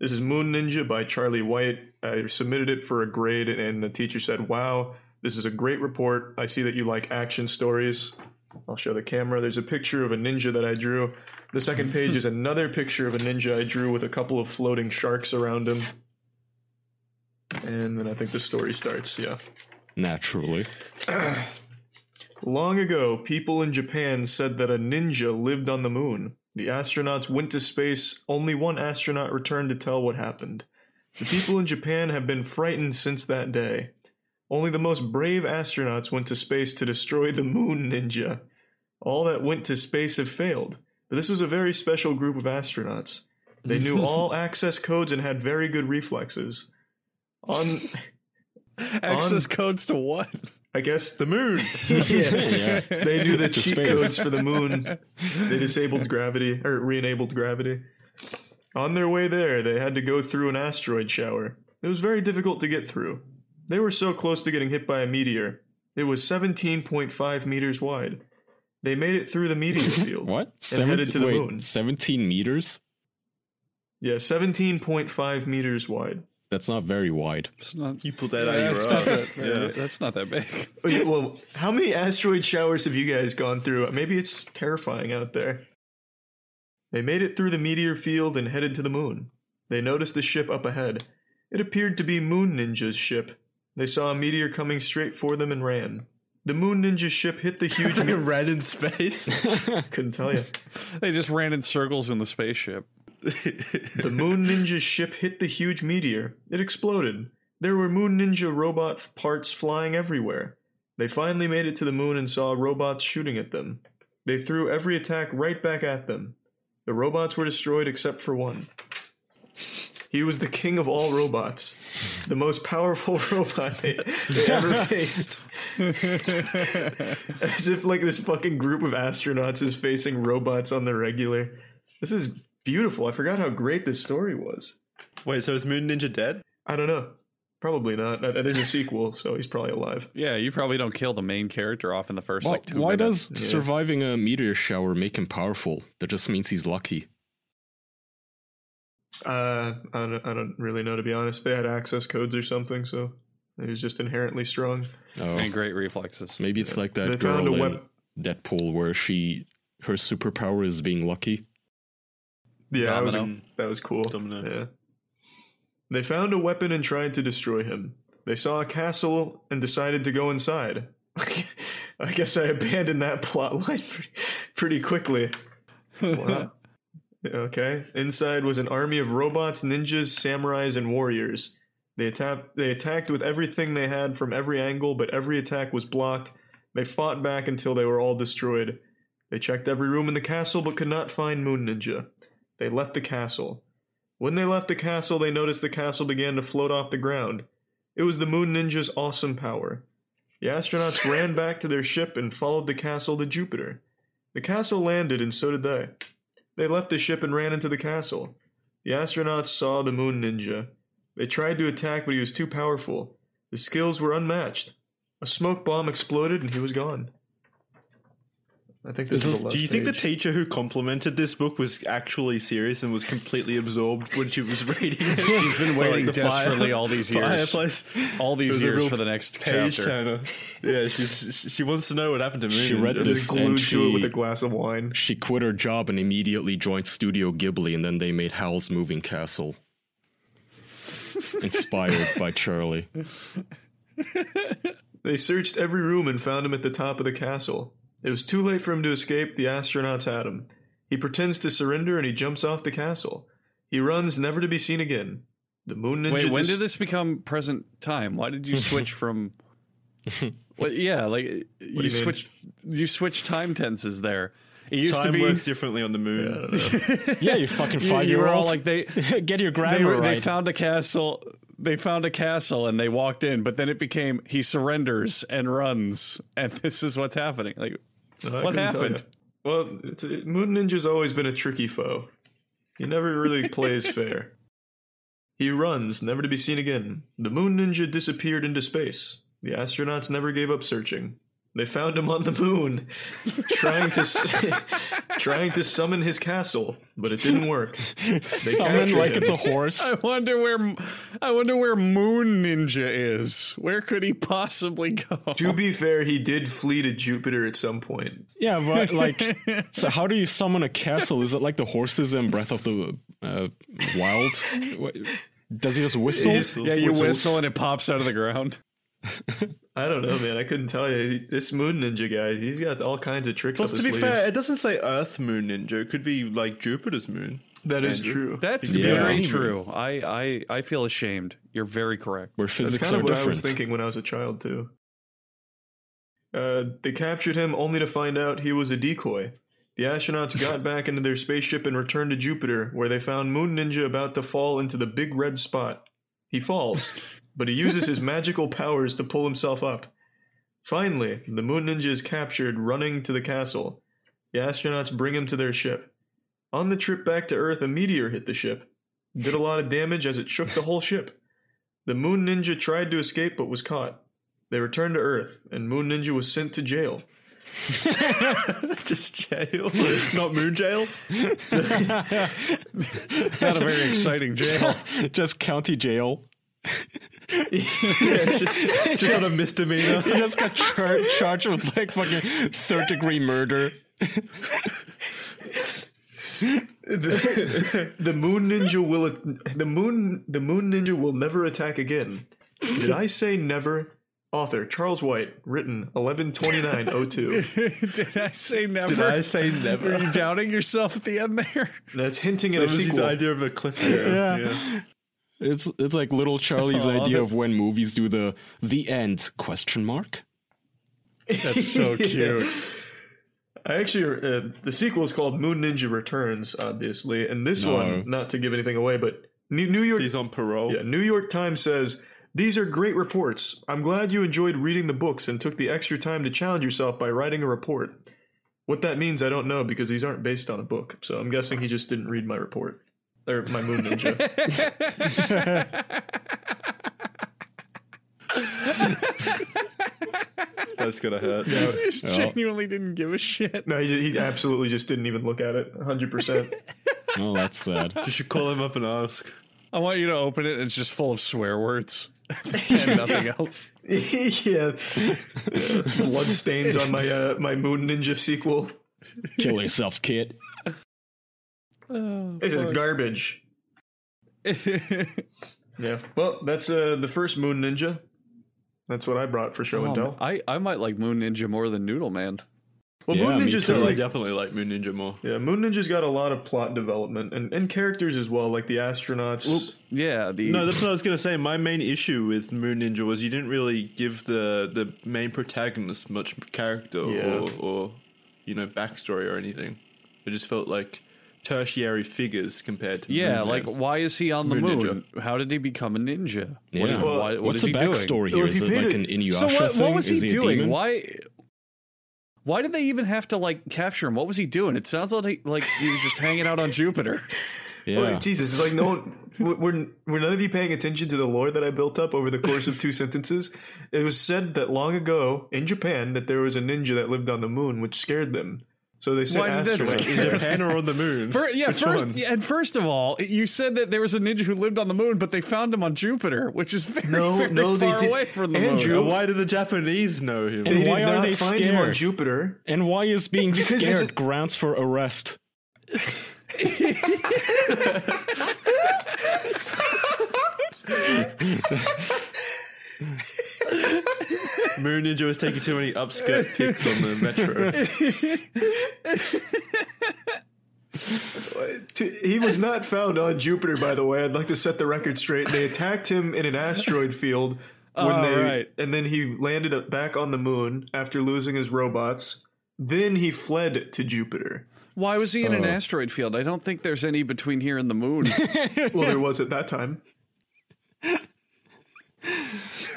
C: this is Moon Ninja by Charlie White. I submitted it for a grade and the teacher said, "Wow, this is a great report. I see that you like action stories." I'll show the camera. There's a picture of a ninja that I drew. The second page is another picture of a ninja I drew with a couple of floating sharks around him. And then I think the story starts, yeah.
A: Naturally.
C: Long ago, people in Japan said that a ninja lived on the moon. The astronauts went to space, only one astronaut returned to tell what happened. The people in Japan have been frightened since that day. Only the most brave astronauts went to space to destroy the moon ninja. All that went to space have failed, but this was a very special group of astronauts. They knew all access codes and had very good reflexes. On,
D: Access codes to what?
C: I guess,
B: The moon.
A: yeah.
C: They knew the cheat
A: space.
C: codes for the moon. They disabled gravity or re-enabled gravity. On their way there, they had to go through an asteroid shower. It was very difficult to get through. They were so close to getting hit by a meteor. It was 17.5 meters wide. They made it through the meteor field.
A: What?
C: And headed to the
A: wait,
C: moon.
A: 17 meters?
C: Yeah, 17.5 meters wide.
A: That's not very wide.
D: It's not,
B: You pulled that out
D: yeah,
B: of
D: that's,
B: your
D: not
B: ass.
D: that, that's not that big.
C: Wait, well, how many asteroid showers have you guys gone through? Maybe it's terrifying out there. They made it through the meteor field and headed to the moon. They noticed the ship up ahead. It appeared to be Moon Ninja's ship. They saw a meteor coming straight for them and ran. The Moon Ninja ship hit the huge.
B: Like a
C: me-
B: rat in space.
C: couldn't tell you.
D: They just ran in circles in the spaceship.
C: The Moon Ninja ship hit the huge meteor. It exploded. There were Moon Ninja robot f- parts flying everywhere. They finally made it to the moon and saw robots shooting at them. They threw every attack right back at them. The robots were destroyed except for one. He was the king of all robots, the most powerful robot they, they ever faced. As if like this fucking group of astronauts is facing robots on the regular. This is beautiful. I forgot how great this story was.
B: Wait, so is Moon Ninja dead?
C: I don't know. Probably not. Uh, There's a sequel, so he's probably alive.
D: Yeah, you probably don't kill the main character off in the first
A: Why,
D: like two
A: why
D: minutes.
A: does surviving a meteor shower make him powerful? That just means he's lucky.
C: Uh, I don't, I don't really know to be honest. They had access codes or something, so he was just inherently strong.
A: Oh,
D: and great reflexes.
A: maybe it's like that
C: They
A: girl
C: found a
A: in
C: web-
A: Deadpool where she her superpower is being lucky. uh,
C: Yeah, that was,
D: Domino.
C: that was cool.
B: Domino.
C: Yeah. They found a weapon and tried to destroy him. They saw a castle and decided to go inside. I guess I abandoned that plot line pretty, pretty quickly. Wow. okay. Inside was an army of robots, ninjas, samurais, and warriors. They, atta- they attacked with everything they had from every angle, but every attack was blocked. They fought back until they were all destroyed. They checked every room in the castle but could not find Moon Ninja. They left the castle. When they left the castle, they noticed the castle began to float off the ground. It was the Moon Ninja's awesome power. The astronauts ran back to their ship and followed the castle to Jupiter. The castle landed, and so did they. They left the ship and ran into the castle. The astronauts saw the Moon Ninja. They tried to attack, but he was too powerful. His skills were unmatched. A smoke bomb exploded, and he was gone. I think this is, the last
B: Do you think the
C: page.
B: teacher who complimented this book was actually serious and was completely absorbed when she was reading it?
D: She's been waiting
B: the fire-
D: desperately all these years.
B: Fireplace.
D: All
B: It
D: these
B: was a
D: years
B: real
D: for the next
B: Page
D: chapter.
B: turner. Yeah, she's, she wants to know what happened to Moon.
A: She read
B: Ninja.
A: this
C: Just glued
A: and
C: to it with
A: she-
C: a glass of wine.
A: She quit her job and immediately joined Studio Ghibli, and then they made Howl's Moving Castle. Inspired by Charlie.
C: They searched every room and found him at the top of the castle. It was too late for him to escape, the astronauts had him. He pretends to surrender and he jumps off the castle. He runs, never to be seen again. The Moon Ninja.
D: Wait, when
C: dis-
D: did this become present time? Why did you switch from? well, yeah, like you,
C: mean?
D: switch, you switch time tenses there. It used
B: Time
D: to be
B: works differently on the moon.
A: Yeah, you fucking
D: you,
A: five
D: you
A: year
D: were all
A: old.
D: like they
A: Get your grammar
D: they were,
A: right.
D: they found a castle. They found a castle and they walked in, but then it became he surrenders and runs, and this is what's happening. Like
C: I
D: what
C: couldn't tell
D: happened?
C: you. Well, it's, it, Moon Ninja's always been a tricky foe. He never really plays fair. He runs, never to be seen again. The Moon Ninja disappeared into space. The astronauts never gave up searching. They found him on the moon, trying to s- trying to summon his castle, but it didn't work.
A: Summon
C: captured
A: like
C: him.
A: it's a horse.
D: I wonder where I wonder where Moon Ninja is. Where could he possibly go?
C: To be fair, he did flee to Jupiter at some point.
A: Yeah, but like, so how do you summon a castle? Is it like the horses in Breath of the uh, Wild? What- Does he just whistle?
C: just-
D: yeah, you
C: Whistle.
D: whistle and it pops out of the ground.
C: I don't know, man. I couldn't tell you. This Moon Ninja guy, he's got all kinds of tricks
B: Plus,
C: up
B: to be
C: his sleeve.
B: fair, it doesn't say Earth Moon Ninja. It could be like Jupiter's moon.
C: that is true.
D: That's
A: Yeah.
D: very
A: Yeah.
D: true. I, I I feel ashamed. You're very correct.
A: Where
C: That's
A: physics
C: kind
A: are
C: of what I was
A: different.
C: thinking when I was a child too. Uh, they captured him only to find out he was a decoy. The astronauts got back into their spaceship and returned to Jupiter, where they found Moon Ninja about to fall into the big red spot. He falls, but he uses his magical powers to pull himself up. Finally, the Moon Ninja is captured, running to the castle. The astronauts bring him to their ship. On the trip back to Earth, a meteor hit the ship. Did a lot of damage as it shook the whole ship. The Moon Ninja tried to escape but was caught. They returned to Earth, and Moon Ninja was sent to jail.
B: Just jail, not moon jail.
D: Not a very exciting jail.
A: just county jail.
B: it's just, just on a misdemeanor.
A: He just got char- charged with like fucking third degree murder.
C: the, the moon ninja will the moon the moon ninja will never attack again. Did I say never? Author Charles White, written eleven twenty nine oh two.
D: Did I say never?
B: Did I say never?
D: Were you doubting yourself at the end there?
C: That's hinting at
B: That
C: a
B: was his
C: sequel.
B: idea of a cliffhanger.
A: Yeah. It's it's like little Charlie's idea of when movies do the the end question mark.
D: That's so
C: Yeah.
D: cute.
C: I actually uh, the sequel is called Moon Ninja Returns, obviously, and this
A: No.
C: one, not to give anything away, but New, New York
B: He's on parole.
C: Yeah, New York Times says these are great reports. I'm glad you enjoyed reading the books and took the extra time to challenge yourself by writing a report. What that means, I don't know because these aren't based on a book. So I'm guessing he just didn't read my report or my Moon Ninja.
B: That's gonna hurt.
D: I just genuinely didn't give a shit.
C: no, he, ju- he absolutely just didn't even look at it. 100. percent
A: Oh, that's sad.
B: You should call him up and ask.
D: I want you to open it and it's just full of swear words and nothing else.
C: Yeah, blood stains on my uh, my Moon Ninja sequel.
A: Kill yourself, kid.
C: This is garbage. Yeah. Well, that's uh, the first Moon Ninja. That's what I brought for show
A: Oh,
C: and tell.
D: Um, I, I might like Moon Ninja more than Noodle Man.
C: Well,
A: Yeah,
C: Moon
A: me
C: Ninja's
A: too.
C: done
B: I
C: like
B: definitely like Moon Ninja more.
C: Yeah, Moon Ninja's got a lot of plot development and, and characters as well, like the astronauts.
D: Yeah, the
B: No, that's what I was gonna say. My main issue with Moon Ninja was you didn't really give the the main protagonist much character
C: Yeah.
B: or, or you know backstory or anything. It just felt like tertiary figures compared to
D: yeah,
B: Moon
D: like
B: Man.
D: why is he on the
B: Moon
D: moon?
B: Ninja.
D: How did he become a ninja? What
A: Yeah.
D: is,
A: Well,
D: why, what
A: What's
D: is
A: the
D: he doing?
A: backstory here?
C: Well, if
A: Is
C: you
A: it
C: made
A: like
C: it-
A: an Inuyasha
D: So what,
A: thing?
D: what was he,
A: Is a
D: doing?
A: demon?
D: Why why did they even have to like capture him? What was he doing? It sounds like he, like he was just hanging out on Jupiter.
A: Yeah.
C: Well, Jesus, it's like no one. We're, we're- were none of you paying attention to the lore that I built up over the course of two sentences? It was said that long ago in Japan that there was a ninja that lived on the moon, which scared them. So they sent
D: Why did that
C: astronauts
D: scare
B: in
C: there.
B: Japan or on the moon.
D: Fir- yeah,
B: Which
D: first
B: one?
D: yeah, and first of all, you said that there was a ninja who lived on the moon, but they found him on Jupiter, which is very
C: No,
D: very
C: no, they
D: far
C: did-
D: away from the
C: Andrew-
D: moon.
B: And why do the Japanese know him?
A: And
C: They
A: why
C: did
A: are
C: not
A: they
C: find him on
A: scared?
C: Jupiter.
A: and why is being
C: Because it's
A: scared
C: a-
A: grounds for arrest?
B: Moon Ninja was taking too many upskirt pics on the metro.
C: T- He was not found on Jupiter, by the way. I'd like to set the record straight. They attacked him in an asteroid field when
D: Oh,
C: they,
D: right.
C: and then he landed up- back on the moon after losing his robots. Then he fled to Jupiter.
D: Why was he in an asteroid field? I don't think there's any between here and the moon.
C: Well, there was at that time.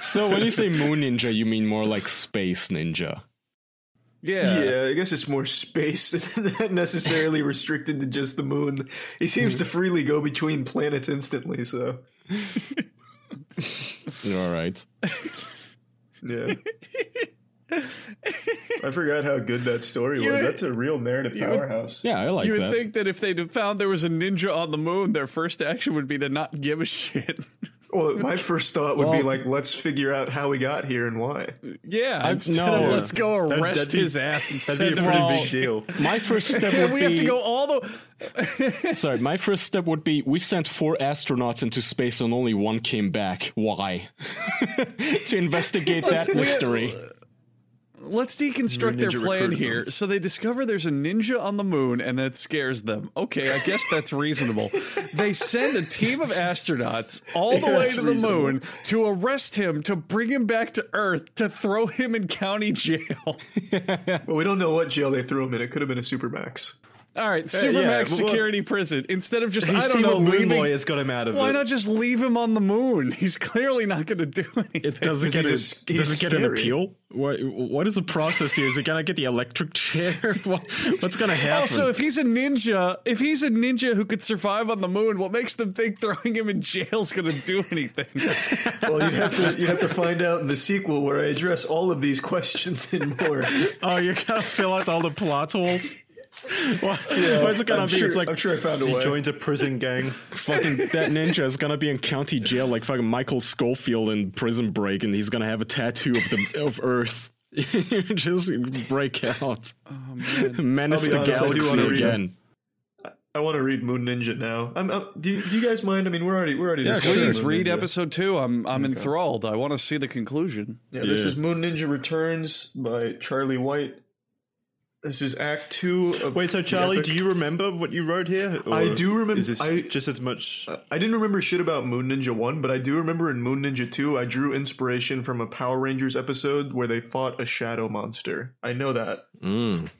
A: So when you say moon ninja, you mean more like space ninja.
D: Yeah.
C: yeah, I guess it's more space than not necessarily restricted to just the moon. He seems to freely go between planets instantly. So
A: All right.
C: yeah. I forgot how good that story was. That's a real narrative powerhouse.
A: Yeah, I like
D: You would
A: that.
D: think that if they'd found there was a ninja on the moon, their first action would be to not give a shit.
C: Well, my first thought would be
A: Well-
C: like, let's figure out how we got here and why.
D: Yeah, instead
A: no.
D: of let's go
B: That'd-
D: arrest
B: that'd be-
D: his ass and
B: That'd
D: send
B: be a
D: him
B: pretty
D: all-
B: big deal.
A: my first step would
D: And we
A: be
D: have to go all the.
A: sorry. My first step would be we sent four astronauts into space and only one came back. Why? to investigate that
D: we-
A: mystery.
D: Let's deconstruct their
B: Ninja
D: plan
B: recruited
D: here. So they discover there's a ninja on the moon, and that scares them. Okay, I guess that's reasonable. they send a team of astronauts all the
C: Yeah,
D: way
C: that's
D: to the
C: reasonable.
D: moon to arrest him, to bring him back to Earth, to throw him in county jail.
C: Well, we don't know what jail they threw him in. It could have been a supermax.
D: All right, Supermax
B: Uh, yeah, but what-
D: security prison. Instead of just
B: He's
D: I don't know
B: moon
D: leaving.
B: lawyers got him out of
D: Why
B: it.
D: not just leave him on the moon? He's clearly not going to do anything.
A: doesn't
C: get he's a- a- does he's it get an scary. appeal?
A: What what is the process here? Is it gonna get the electric chair? what's gonna happen?
D: also, Oh, if he's a ninja, if he's a ninja who could survive on the moon, what makes them think throwing him in jail's going to do anything?
C: Well, you have to you have to find out in the sequel where I address all of these questions and more.
A: oh, you're gonna fill out all the plot holes. Why, why is it gonna
C: I'm
A: be?
C: sure,
A: it's like
C: I'm sure I found a
B: He
C: way.
B: joins a prison gang.
A: fucking that ninja is gonna be in county jail like fucking Michael Schofield in Prison Break, and he's gonna have a tattoo of the of Earth. You Just break out, menace
C: Oh, I'll be
A: the
C: honest, I do
A: galaxy
C: wanna read it.
A: again.
C: I want to read Moon Ninja now. I'm, i do, you, do you guys mind? I mean, we're already we're already discussing
D: Please
C: Moon
D: read
C: Ninja.
D: episode two. I'm I'm enthralled. I want to see the conclusion.
C: Yeah, this
A: Yeah.
C: is Moon Ninja Returns by Charlie White. This is Act Two. Of
B: Wait, so
C: the
B: Charlie,
C: epic.
B: do you remember what you wrote here? Or
C: I do remember-
B: Is this
C: I-
B: just as much?
C: I didn't remember shit about Moon Ninja 1, but I do remember in Moon Ninja 2, I drew inspiration from a Power Rangers episode where they fought a shadow monster. I know that.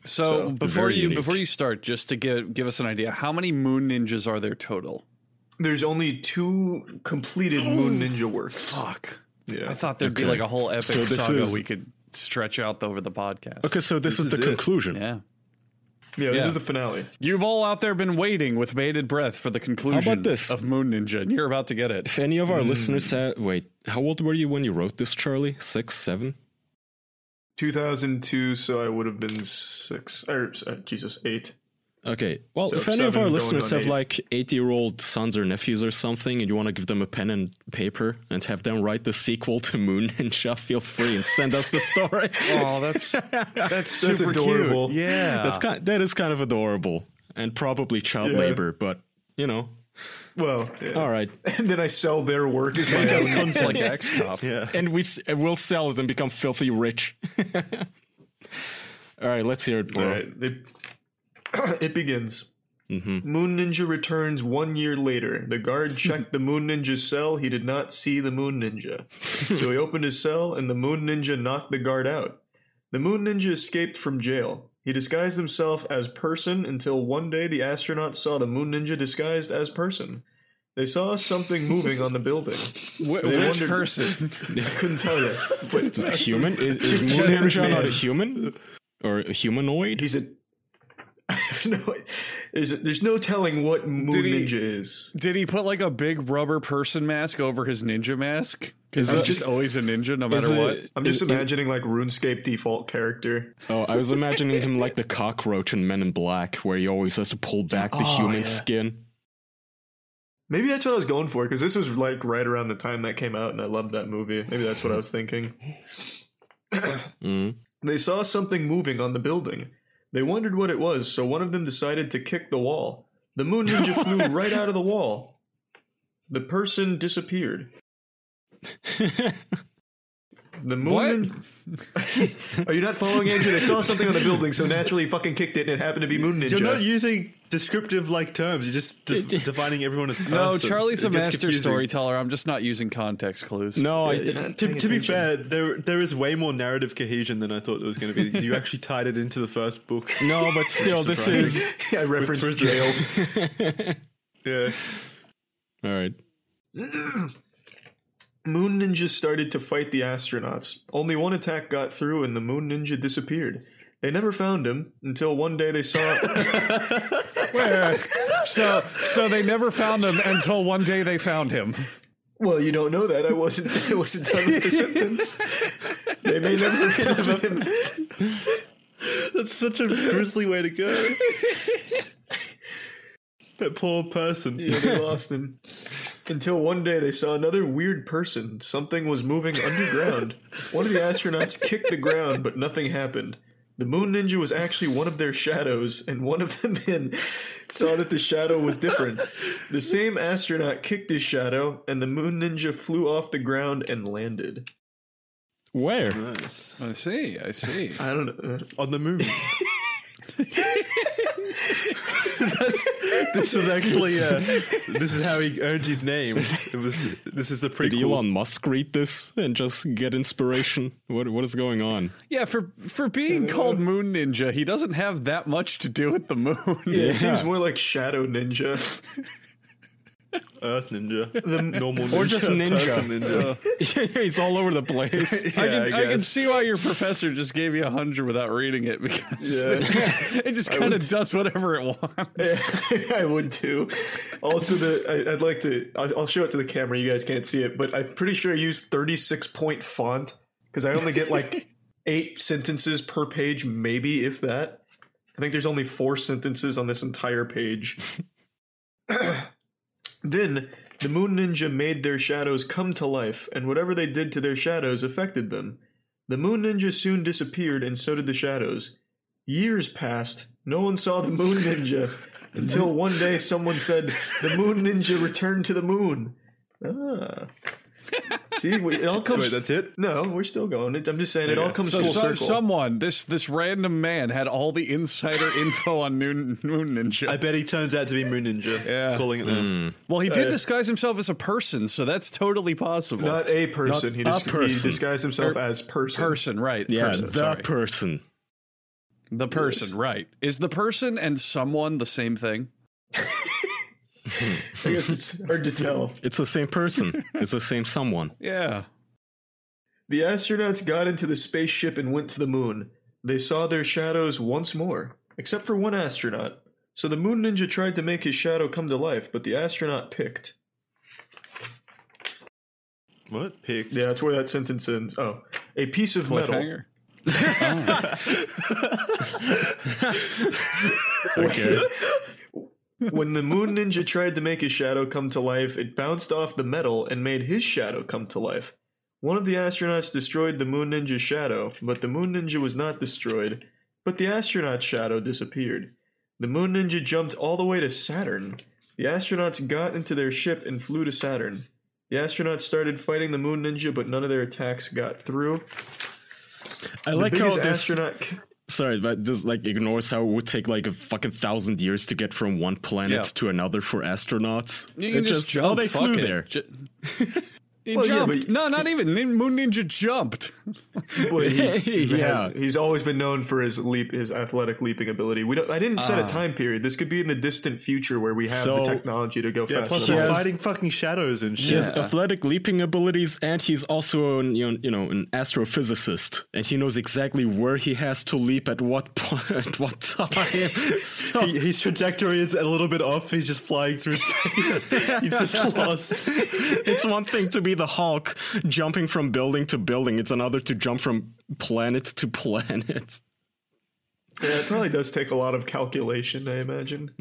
D: So, before
A: very
D: you
A: unique.
D: before you start, just to give give us an idea, how many moon ninjas are there total?
C: There's only two completed Moon Ninja works.
D: Fuck.
C: Yeah.
D: I thought there'd be like a whole epic
A: So this
D: saga
A: is-
D: we could stretch out over the podcast.
A: Okay, so this, is, the conclusion.
D: Yeah.
C: yeah, this
D: Yeah.
C: is the finale.
D: You've all out there been waiting with bated breath for the conclusion
A: this?
D: of Moon Ninja, and you're about to get it.
A: If any of
C: Hmm.
A: our listeners had wait, how old were you when you wrote this, Charlie? Six, seven?
C: 2002, so I would have been six, or uh, Jesus, eight.
A: Okay. Well,
C: So
A: if any of
C: seven
A: our
C: going
A: listeners
C: on
A: have
C: eight.
A: like eight-year-old sons or nephews or something, and you want to give them a pen and paper and have them write the sequel to Moon Ninja, feel free and send us the story.
D: Oh, that's that's super
C: That's adorable.
D: cute. Yeah,
A: That's kind. That is kind of adorable and probably child
C: Um, Yeah.
A: labor, but you know.
C: Well, yeah.
A: All right,
C: and then I sell their work as my
D: that's
C: own.
D: kind of like X Cop. Yeah.
A: and we s- and we'll sell it and become filthy rich. All right, let's hear it, bro.
C: All right, it, it begins.
A: Mm-hmm.
C: Moon Ninja returns one year later. The guard checked the Moon Ninja's cell. He did not see the Moon Ninja. So he opened his cell, and the Moon Ninja knocked the guard out. The Moon Ninja escaped from jail. He disguised himself as person until one day the astronauts saw the Moon Ninja disguised as person. They saw something moving on the building.
D: Wh-
C: They
D: which
C: wondered-
D: person?
C: I couldn't tell you.
A: Is it a human? Is, is Moon
C: Giant
A: Ninja not
C: man.
A: a human or a humanoid?
C: He's a. I have no. There's, there's no telling what Moon
D: Did he-
C: Ninja is.
D: Did he put like a big rubber person mask over his ninja mask? Because he's just always a ninja no matter
A: it-
D: what.
C: I'm just
A: Is- is-
C: imagining like RuneScape default character.
A: Oh, I was imagining him like the cockroach in Men in Black, where he always has to pull back the
C: Oh,
A: human
C: yeah.
A: skin.
C: Maybe that's what I was going for because this was like right around the time that came out, and I loved that movie. Maybe that's what I was thinking.
A: Mm.
C: They saw something moving on the building. They wondered what it was, so one of them decided to kick the wall. The moon ninja flew right out of the wall. The person disappeared. The moon.
D: What?
C: Nin- Are you not following Andrew? They saw something on the building, so naturally he fucking kicked it, and it happened to be moon ninja.
B: You're not using descriptive like terms. You're just de- defining everyone as. Person.
D: No, Charlie's a
B: It gets
D: master
B: confusing.
D: storyteller. I'm just not using context clues.
A: No, Oh, I
C: You're
A: th-
C: not
B: To,
C: paying
B: to be
C: attention.
B: fair, there there is way more narrative cohesion than I thought there was going to be. You actually tied it into the first book.
A: no, but still, this is
B: Surprising.
C: I referenced
B: prison.
C: jail.
B: Yeah.
A: all right.
C: Moon Ninja started to fight the astronauts. Only one attack got through and the Moon Ninja disappeared. They never found him until one day they saw
D: So so they never found him until one day they found him.
C: Well, you don't know that. I wasn't I wasn't done with the sentence. They may never have him.
B: That's such a grisly way to go. that poor person.
C: Yeah, they lost him. Until one day they saw another weird person. Something was moving underground. One of the astronauts kicked the ground, but nothing happened. The moon ninja was actually one of their shadows, and one of the men saw that the shadow was different. The same astronaut kicked his shadow, and the moon ninja flew off the ground and landed.
A: Where?
D: I see, I see.
C: I don't know.
B: On the moon. That's, this was actually uh, this is how he earned his name. It was this is the
A: Did
B: prequel.
A: Elon Musk read this and just get inspiration? What What is going on?
D: Yeah, for for being called Moon Ninja, he doesn't have that much to do with the moon.
C: It seems more like Shadow Ninja.
B: Earth Ninja, the normal ninja,
A: Or just ninja.
B: person ninja.
A: He's all over the place.
D: I, can,
B: Yeah, I
D: I, can
B: guess.
D: see why your professor just gave you a hundred without reading it because
C: Yeah.
D: it just, it just kind of does whatever it wants.
C: I would too. Also, the I, I'd like to. I'll, I'll show it to the camera. You guys can't see it, but I'm pretty sure I used 36 point font because I only get like eight sentences per page, maybe if that. I think there's only four sentences on this entire page. then the Moon Ninja made their shadows come to life, and whatever they did to their shadows affected them. The Moon Ninja soon disappeared, and so did the shadows. Years passed. No one saw the Moon Ninja until one day someone said, The Moon Ninja returned to the moon. Ah. See, we- it all comes.
B: Wait, that's it?
C: no, we're still going. It- I'm just saying it all comes
D: So,
C: full
D: so-
C: circle.
D: someone, this this random man, had all the insider info on Moon, Moon Ninja.
B: I bet he turns out to be Moon Ninja.
D: Yeah.
B: Calling it there.
D: well, he did
C: uh,
D: disguise himself as a person, so that's totally possible.
C: Not a person.
A: Not
C: he,
A: a
C: dis- he
A: person.
C: disguised himself
D: Er,
C: as person.
D: person, right?
A: Yeah,
D: person,
A: the
D: sorry.
A: person.
D: the person, right? Is the person and someone the same thing?
C: I guess it's hard to tell.
A: It's the same person. it's the same someone.
D: Yeah.
C: The astronauts got into the spaceship and went to the moon. They saw their shadows once more, except for one astronaut. So the moon ninja tried to make his shadow come to life, but the astronaut picked.
B: What? Picked.
C: Yeah, that's where that sentence ends. Oh, a piece of metal.
D: Cliffhanger.
A: Okay.
C: when the moon ninja tried to make his shadow come to life, it bounced off the metal and made his shadow come to life. One of the astronauts destroyed the moon ninja's shadow, but the moon ninja was not destroyed, but the astronaut's shadow disappeared. The moon ninja jumped all the way to Saturn. The astronauts got into their ship and flew to Saturn. The astronauts started fighting the moon ninja, but none of their attacks got through.
A: I
C: The
A: like how
C: biggest
A: this.
C: astronaut.
A: sorry, but this like ignores how it would take like a fucking thousand years to get from one planet
D: Yeah.
A: to another for astronauts.
D: You can
A: It
D: just, jump.
A: Oh, they
D: fuck
A: flew
D: it.
A: there.
D: Ju- he
C: Well, yeah,
D: jumped.
C: but-
D: no, not even. Nin- Moon Ninja jumped.
C: Well, he- he
A: yeah.
C: had- he's always been known for his leap, his athletic leaping ability. We don't. I didn't set a time period. This could be in the distant future where we have the
A: Ah. So-
C: technology to go
B: Yeah,
C: fast.
B: plus
C: enough.
B: they're
A: has-
B: fighting fucking shadows and
A: He
B: shit.
A: has athletic leaping abilities, and he's also an, you know, you know an astrophysicist, and he knows exactly where he has to leap at what point, at what time. So
B: He- His trajectory is a little bit off. He's just flying through space. He's just lost.
A: it's one thing to be the Hulk jumping from building to building; it's another to jump from planet to planet.
C: Yeah, it probably does take a lot of calculation, I imagine.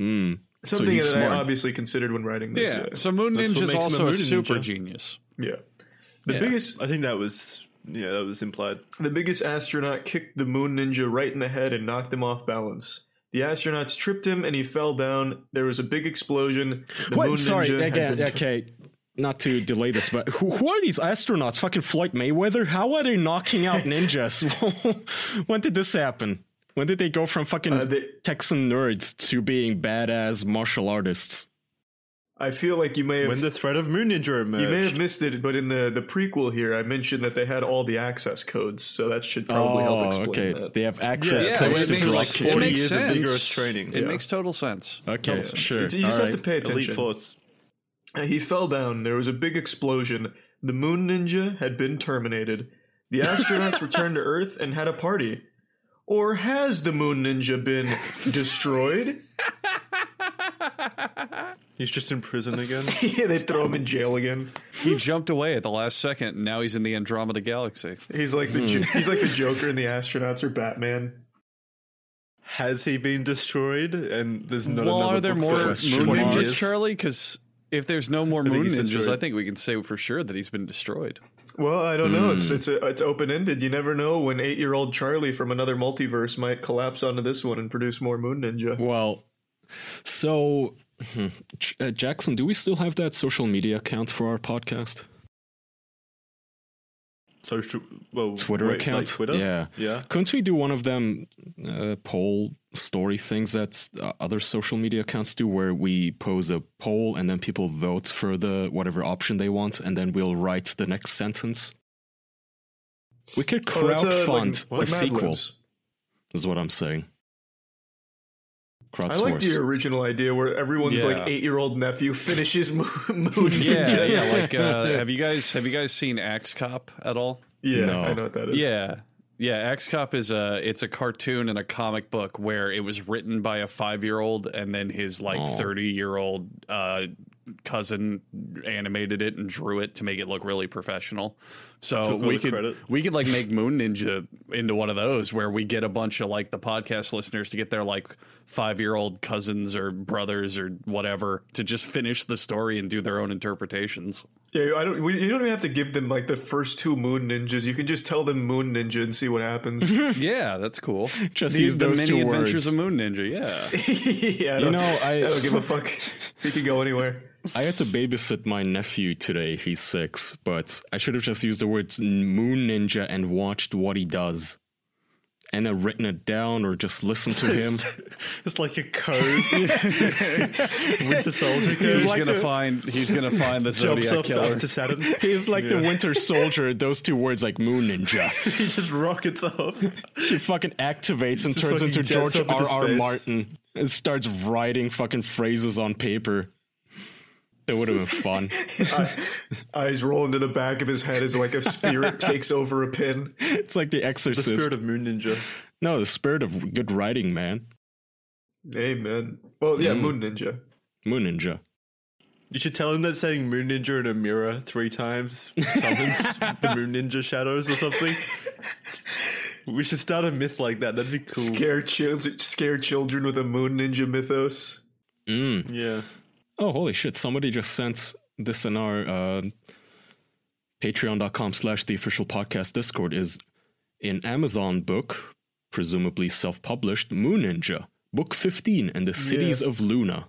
C: Something
A: Hmm. he's
C: that I
A: smart.
C: obviously considered when writing this.
D: Yeah.
C: Yeah.
D: So Moon
B: That's what
D: Ninja's
B: makes him a
D: also a,
B: Moon
D: super
B: Ninja.
D: genius.
C: Yeah. The
D: Yeah.
C: biggest,
B: I think that was yeah, that was implied.
C: the biggest astronaut kicked the moon ninja right in the head and knocked him off balance. The astronauts tripped him and he fell down. There was a big explosion. The moon
A: What? Sorry,
C: ninja had
A: again.
C: been-
A: Okay, not to delay this, but who, who are these astronauts? Fucking Floyd Mayweather? How are they knocking out ninjas? when did this happen? When did they go from fucking
C: Uh, they-
A: Texan nerds to being badass martial artists?
C: I feel like you may have
B: When the threat of Moon Ninja emerged,
C: You may have missed it, but in the, the prequel here, I mentioned that they had all the access codes, so that should probably
B: Oh,
C: help explain
A: Oh, okay.
C: that.
A: They have access
D: Yeah,
A: codes
D: it
A: to
D: makes,
A: drug
B: like
A: kick.
B: 40
D: it makes
B: years of
D: sense.
B: vigorous training.
D: It
C: Yeah.
D: makes total sense.
A: Okay, sure.
C: It's- you just
A: alright.
C: have to pay
B: Elite
C: attention.
B: Force.
C: He fell down. There was a big explosion. The moon ninja had been terminated. The astronauts returned to Earth and had a party. Or has the moon ninja been destroyed?
B: He's just in prison again.
C: yeah, they throw him in jail again.
D: He jumped away at the last second, and now he's in the Andromeda Galaxy.
C: He's like
B: Hmm.
C: the Jo- he's like the Joker, and the astronauts are Batman.
B: Has he been destroyed? And there's not
D: well,
B: another
D: are there
B: book
D: more
B: for
D: Moon
A: question
B: twenty
A: mark.
D: Ninjas,
B: years.
D: Charlie? Because if there's no more Moon
B: he's
D: Ninjas,
B: destroyed.
D: I think we can say for sure that he's been destroyed.
C: Well, I don't know. It's it's a, it's open ended. You never know when eight year old Charlie from another multiverse might collapse onto this one and produce more Moon Ninja.
A: Well, so hmm, J- uh, Jackson, do we still have that social media account for our podcast?
B: Social, well,
A: Twitter
B: wait, like
A: account?
B: Twitter?
A: Yeah.
B: yeah.
A: Couldn't we do one of them uh, poll story things that uh, other social media accounts do, where we pose a poll and then people vote for the whatever option they want, and then we'll write the next sentence? We could
C: Oh, that's, uh, like-
A: crowdfund a,
C: like Mad
A: sequel,
C: Libs.
A: is what I'm saying.
C: I like the
A: Crowdsource.
C: original idea where everyone's
B: Yeah.
C: like eight year old nephew finishes Moon, Moon
D: Yeah,
C: Ninja.
D: yeah. Like, uh, have you guys have you guys seen Axe Cop at all?
C: Yeah,
A: No.
C: I know what that is.
D: Yeah. Yeah, Axe Cop is a it's a cartoon and a comic book where it was written by a five year old and then his like
A: Aw.
D: thirty year old uh, cousin animated it and drew it to make it look really professional. So
B: Took all
D: we
B: the
D: could
B: credit.
D: we could like make Moon Ninja into one of those where we get a bunch of like the podcast listeners to get their like five year old cousins or brothers or whatever to just finish the story and do their own interpretations.
C: Yeah, I don't. We, you don't even have to give them like the first two Moon Ninjas. You can just tell them Moon Ninja and see what happens. yeah,
D: Yeah, that's cool.
A: Just
D: the,
A: use
D: the
A: those
D: mini
A: two
D: adventures
A: words.
D: of Moon Ninja. Yeah,
C: I
A: You
C: don't-
A: know,
C: I don't give
A: I
C: a fuck. He can go anywhere.
A: I had to babysit my nephew today. He's six, but I should have just used the words "moon ninja" and watched what he does, and then written it down or just listened to him.
B: It's like a code. Winter Soldier code.
D: he's gonna find he's gonna find the
B: jumps
D: Zodiac
B: up
D: killer.
B: up to Saturn.
A: He's like the Winter Soldier. Those two words, like moon ninja,
B: he just rockets off.
A: he fucking activates and turns
B: fucking
A: into
B: jets
A: George
B: up into
A: R. R.
B: space.
A: Martin and starts writing fucking phrases on paper. That would have been fun.
C: Eyes roll into the back of his head as like a spirit takes over a pin.
A: It's like The
B: The
A: Exorcist.
B: spirit of Moon Ninja.
A: no, the spirit of good writing, man.
C: Amen. Well, yeah, Moon Ninja.
A: Moon ninja.
B: You should tell him that saying Moon Ninja in a mirror three times summons the Moon Ninja shadows or something. We should start a myth like that. That'd be cool.
C: Scare children, scare children with a Moon Ninja mythos.
A: Mm.
B: Yeah.
A: Oh, holy shit. Somebody just sent this in our uh, patreon.com slash the official podcast Discord is an Amazon book, presumably self published, Moon Ninja, book 15, and the cities of Luna.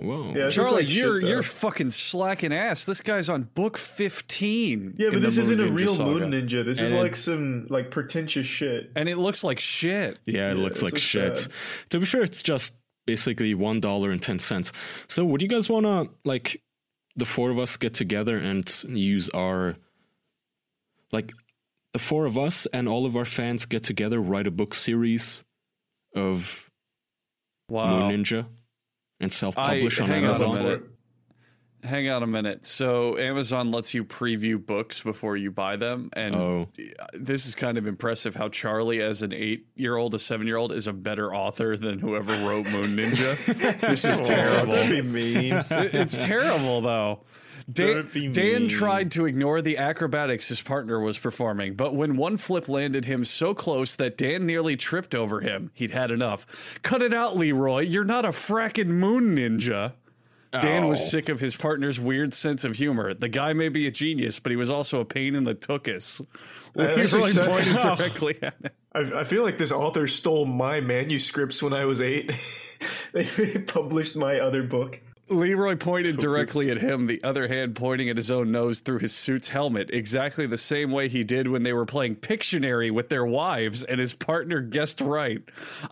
A: Whoa.
C: Yeah, it looks
D: Charlie,
C: like shit,
D: you're
C: though.
D: you're fucking slacking ass. This guy's on book fifteen.
C: Yeah,
D: in
C: but
D: the
C: this isn't
D: Moon
C: a
D: Ninja
C: real
D: saga.
C: Moon Ninja. This is
D: And-
C: like some like pretentious shit.
D: and it looks like shit.
A: Yeah, it looks
C: this
A: like
C: is
A: shit.
C: bad.
A: To be fair, it's just basically one dollar and ten cents. So would you guys wanna like the four of us get together and use our like the four of us and all of our fans get together, write a book series of
D: Wow.
A: Moon Ninja and self publish
D: I-
A: on
D: hang on a
A: Amazon.
D: minute. Hang on a minute. So Amazon lets you preview books before you buy them, and
A: Oh.
D: this is kind of impressive. How Charlie, as an eight-year-old, a seven-year-old, is a better author than whoever wrote Moon Ninja. this is terrible.
B: That'd be mean.
D: It- it's terrible though. Dan,
B: Don't be
D: Dan
B: mean.
D: tried to ignore the acrobatics his partner was performing, but when one flip landed him so close that Dan nearly tripped over him, he'd had enough. Cut it out, Leroy. You're not a frackin' moon ninja. Dan
B: Oh.
D: was sick of his partner's weird sense of humor. The guy may be a genius, but he was also a pain in the tuchus.
C: actually
D: Leroy
C: said-
D: pointed directly at him.
C: I, I feel like this author stole my manuscripts when I was eight. they published my other book.
D: Leroy pointed directly at him, the other hand pointing at his own nose through his suit's helmet, exactly the same way he did when they were playing Pictionary with their wives, and his partner guessed right.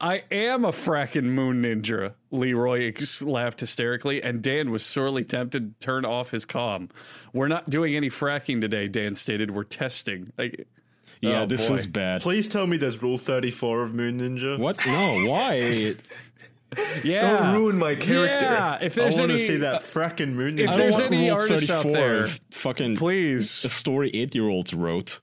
D: I am a frackin' moon ninja, Leroy ex- laughed hysterically, and Dan was sorely tempted to turn off his calm. We're not doing any fracking today, Dan stated. We're testing. Like,
A: Yeah,
D: Oh,
A: this
D: boy.
A: is bad.
B: Please tell me there's Rule 34 of Moon Ninja.
A: What? No, why?
D: yeah.
C: Don't ruin my character.
D: Yeah, if
B: I
D: there's
B: want
D: any, uh,
B: to see that fracking Moon Ninja.
D: if
A: I don't
D: there's
A: want
D: any
A: Rule
D: artists out
A: 34
D: there,
A: fucking
D: please.
A: a story eight year olds wrote.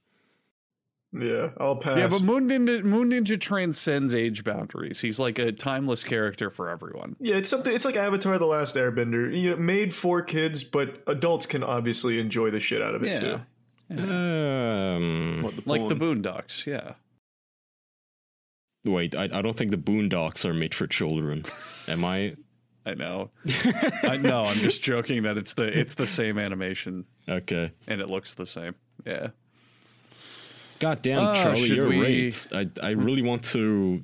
C: Yeah, I'll pass.
D: Yeah, but Moon Ninja, Moon Ninja transcends age boundaries. He's like a timeless character for everyone.
C: Yeah, it's something. It's like Avatar: The Last Airbender. You know, made for kids, but adults can obviously enjoy the shit out of it
D: Yeah.
C: too.
A: Um,
B: What, the
D: Like the
B: porn?
D: Boondocks, yeah.
A: Wait, I, I don't think the Boondocks are made for children. Am I?
D: I know. I know. I'm just joking that it's the it's the same animation
A: Okay.
D: and it looks the same. Yeah.
A: God damn,
D: Ah,
A: Charlie,
D: should
A: you're
D: we-
A: right. I, I really want to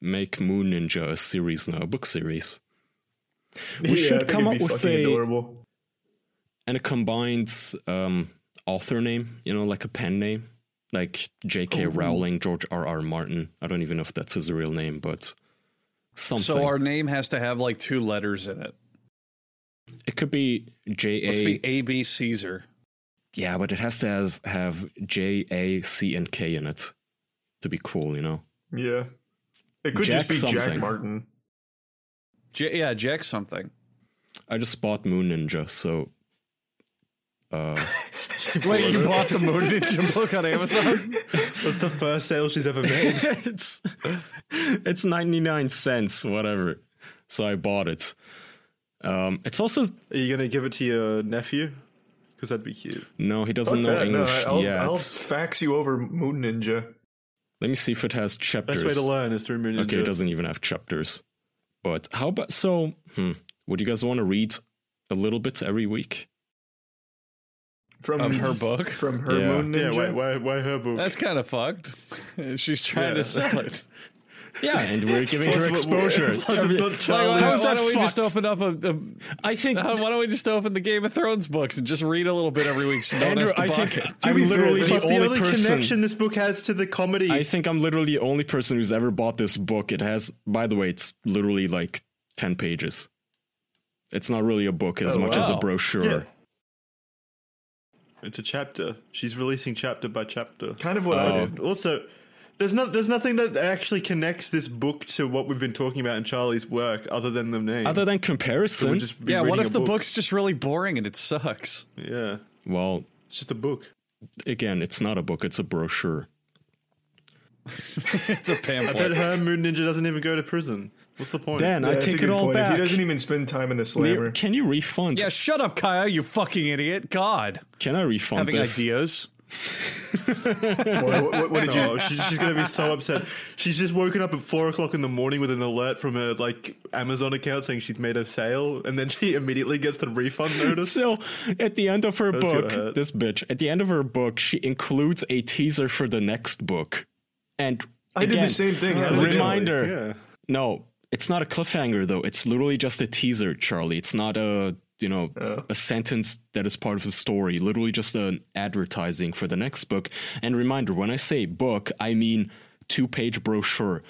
A: make Moon Ninja a series now, a book series. We
C: Yeah, I
A: should
C: think
A: come
C: it'd
A: up
C: be
A: with
C: fucking
A: a
C: adorable.
A: and a combined um, author name, you know, like a pen name, like
D: Oh.
A: J.K. Rowling, George R. R. Martin. I don't even know if that's his real name, but something.
D: So our name has to have like two letters in it.
A: it could be J.A.
D: Let's be A B Caesar.
A: Yeah, but it has to have have J, A, C, and K in it to be cool, you know.
C: Yeah, it could
A: Jack
C: just be Jack
A: something.
C: Martin.
D: J- yeah, Jack something.
A: I just bought Moon Ninja, so uh,
D: Wait, you bought the Moon Ninja book on Amazon?
B: That's the first sale she's ever made.
A: it's it's ninety nine cents, whatever. So I bought it. Um, it's also
B: Are you gonna give it to your nephew? Because that'd be cute.
A: no, he doesn't know
C: Yeah, no,
A: English
C: I- I'll,
A: yet.
C: I'll fax you over Moon Ninja.
A: Let me see if it has chapters.
B: Best way to learn is through Moon Ninja.
A: Okay, it doesn't even have chapters. But how about so? Hmm, would you guys want to read a little bit every week?
C: From
D: of her book.
C: From her
A: Yeah.
C: Moon
B: Yeah,
C: Ninja.
B: why, why, why her book?
D: That's kind of fucked. She's trying
B: Yeah.
D: to sell it.
A: Yeah, and we're giving her
B: Plus, what-
A: exposure.
B: Plus, it's not
D: Like,
B: child.
D: why,
A: How is
D: why
A: that
D: don't we just
A: fucked?
D: open up a, a
A: I think
D: Uh, why don't we just open the Game of Thrones books and just read a little bit every week? So no one
A: Andrew,
D: has to
A: I
D: buy
A: think
D: it.
A: I'm literally the
B: Plus,
A: only, person.
B: connection this book has to the comedy.
A: I think I'm literally the only person who's ever bought this book. It has, by the way, it's literally like ten pages. It's not really a book as
D: Oh,
A: much as a
D: wow.
A: brochure.
B: Yeah. it's a chapter. She's releasing chapter by chapter. Um,
C: Kind of what I
A: Oh.
C: did.
B: Also, there's not there's nothing that actually connects this book to what we've been talking about in Charlie's work, other than the name.
A: Other than
B: So
A: comparison,
B: we'd just be
D: Yeah, what
B: reading
D: if
B: a
D: the
B: book.
D: book's just really boring and it sucks?
B: Yeah,
A: well,
B: it's just a book.
A: again, it's not a book; it's a brochure.
D: It's a
B: I bet
D: pamphlet.
B: her Moon Ninja doesn't even go to prison. What's the point?
A: Dan, I
C: That's a
A: take
C: good
A: it all
C: point. If
A: back.
C: He doesn't even spend time in the slammer.
A: Le- Can you refund?
D: yeah, shut up, Kaya, you fucking idiot. God.
A: Can I refund
D: Having
A: this?
D: ideas.
C: what, what- what did you?
B: Oh, she, she's gonna be so upset. She's just woken up at four o'clock in the morning with an alert from her like Amazon account saying she's made a sale, and then she immediately gets the refund notice.
A: So at the end of her
B: see what I
A: book,
B: had.
A: this bitch, at the end of her book, she includes a teaser for the next book. And
C: I did
A: again,
C: the same thing. How did I do it?
A: Reminder.
B: yeah,
A: No, it's not a cliffhanger though. It's literally just a teaser, Charlie. It's not a you know
C: Oh.
A: a sentence that is part of the story. Literally just an advertising for the next book. And reminder, when I say book, I mean two page brochure.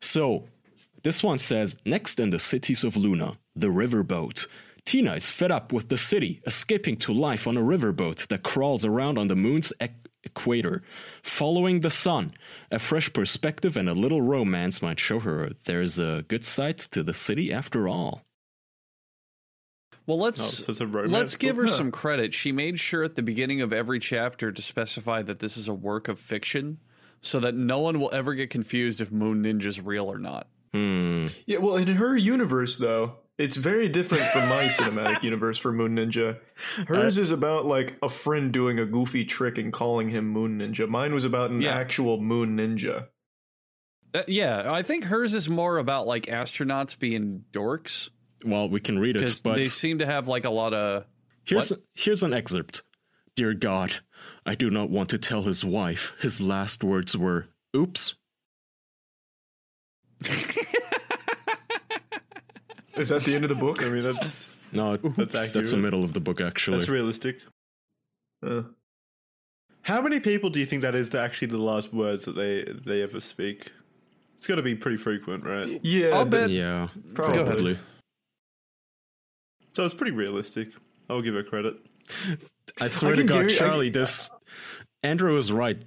A: So this one says next in the cities of Luna, the riverboat. Tina is fed up with the city, escaping to life on a riverboat that crawls around on the moon's ec- equator, following the sun. A fresh perspective and a little romance might show her there's a good side to the city after all.
D: Well,
B: Oh,
D: let's
B: so it's a romance
D: let's give her
B: book?
D: some credit. She made sure at the beginning of every chapter to specify that this is a work of fiction, so that no one will ever get confused if Moon Ninja's real or not.
A: Hmm.
C: Yeah, well, in her universe, though, it's very different from my cinematic universe for Moon Ninja. Hers
D: Uh,
C: is about like a friend doing a goofy trick and calling him Moon Ninja. Mine was about an
D: Yeah.
C: actual Moon Ninja.
D: Uh, yeah, I think hers is more about like astronauts being dorks
A: Well, we can read it,
D: because
A: but
D: they seem to have like a lot of
A: Here's here's an excerpt. Dear God, I do not want to tell his wife. His last words were, "Oops."
C: Is that the end of the book?
B: I mean that's
A: No, that's that's the
B: accurate.
A: middle of the book actually.
B: that's realistic.
C: Uh,
B: How many people do you think that is that actually the last words that they they ever speak? It's got to be pretty frequent, right?
C: yeah,
D: I'll
C: but-
D: bet-
A: yeah,
C: Probably.
A: probably.
B: So it's pretty realistic. I'll give her credit.
A: I swear
C: I
A: to
C: can
A: God,
C: guarantee- I-
A: Charlie, this Andrew is right.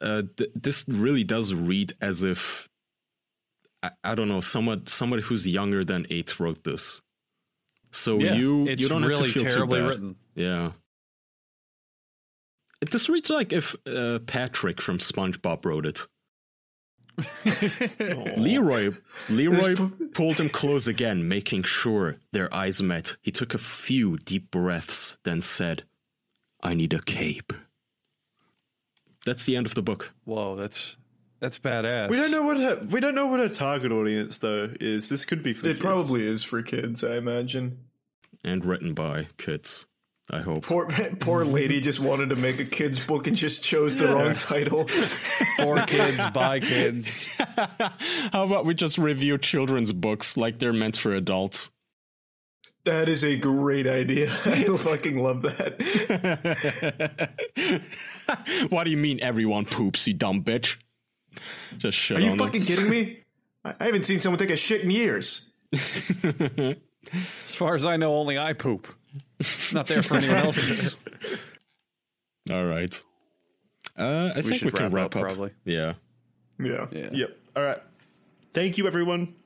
A: Uh, th- this really does read as if I, I don't know someone somebody who's younger than eight wrote this. So you
D: it's
A: you don't
D: really
A: have to feel
D: terribly
A: too bad.
D: written.
A: Yeah. It- This reads like if uh, Patrick from SpongeBob wrote it. Leroy, Leroy pulled him close again, making sure their eyes met. He took a few deep breaths, then said, "I need a cape." That's the end of the book.
D: Whoa, that's that's badass.
B: We don't know what her, we don't know what her target audience though is. This could be for
C: it
B: kids.
C: probably is for kids, I imagine.
A: And written by kids, I hope.
C: Poor poor lady just wanted to make a kids book and just chose the wrong title.
D: for kids by kids.
A: How about we just review children's books like they're meant for adults?
C: That is a great idea. I fucking love that.
A: what do you mean everyone poops, you dumb bitch? Just shut
C: Are you
A: on them.
C: fucking kidding me? I I haven't seen someone take a shit in years.
D: As far as I know, only I poop. Not there for anyone else's.
A: All right. Uh, I think
D: should
A: we can
D: wrap
A: wrap
D: up,
A: up.
D: probably.
A: Yeah.
C: Yeah.
B: Yep. All right. Thank you, everyone.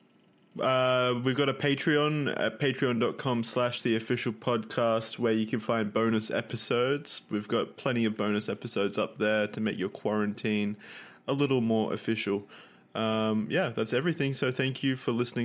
B: Uh, we've got a Patreon at patreon.com slash the official podcast where you can find bonus episodes. We've got plenty of bonus episodes up there to make your quarantine a little more official. Um, yeah, that's everything. So thank you for listening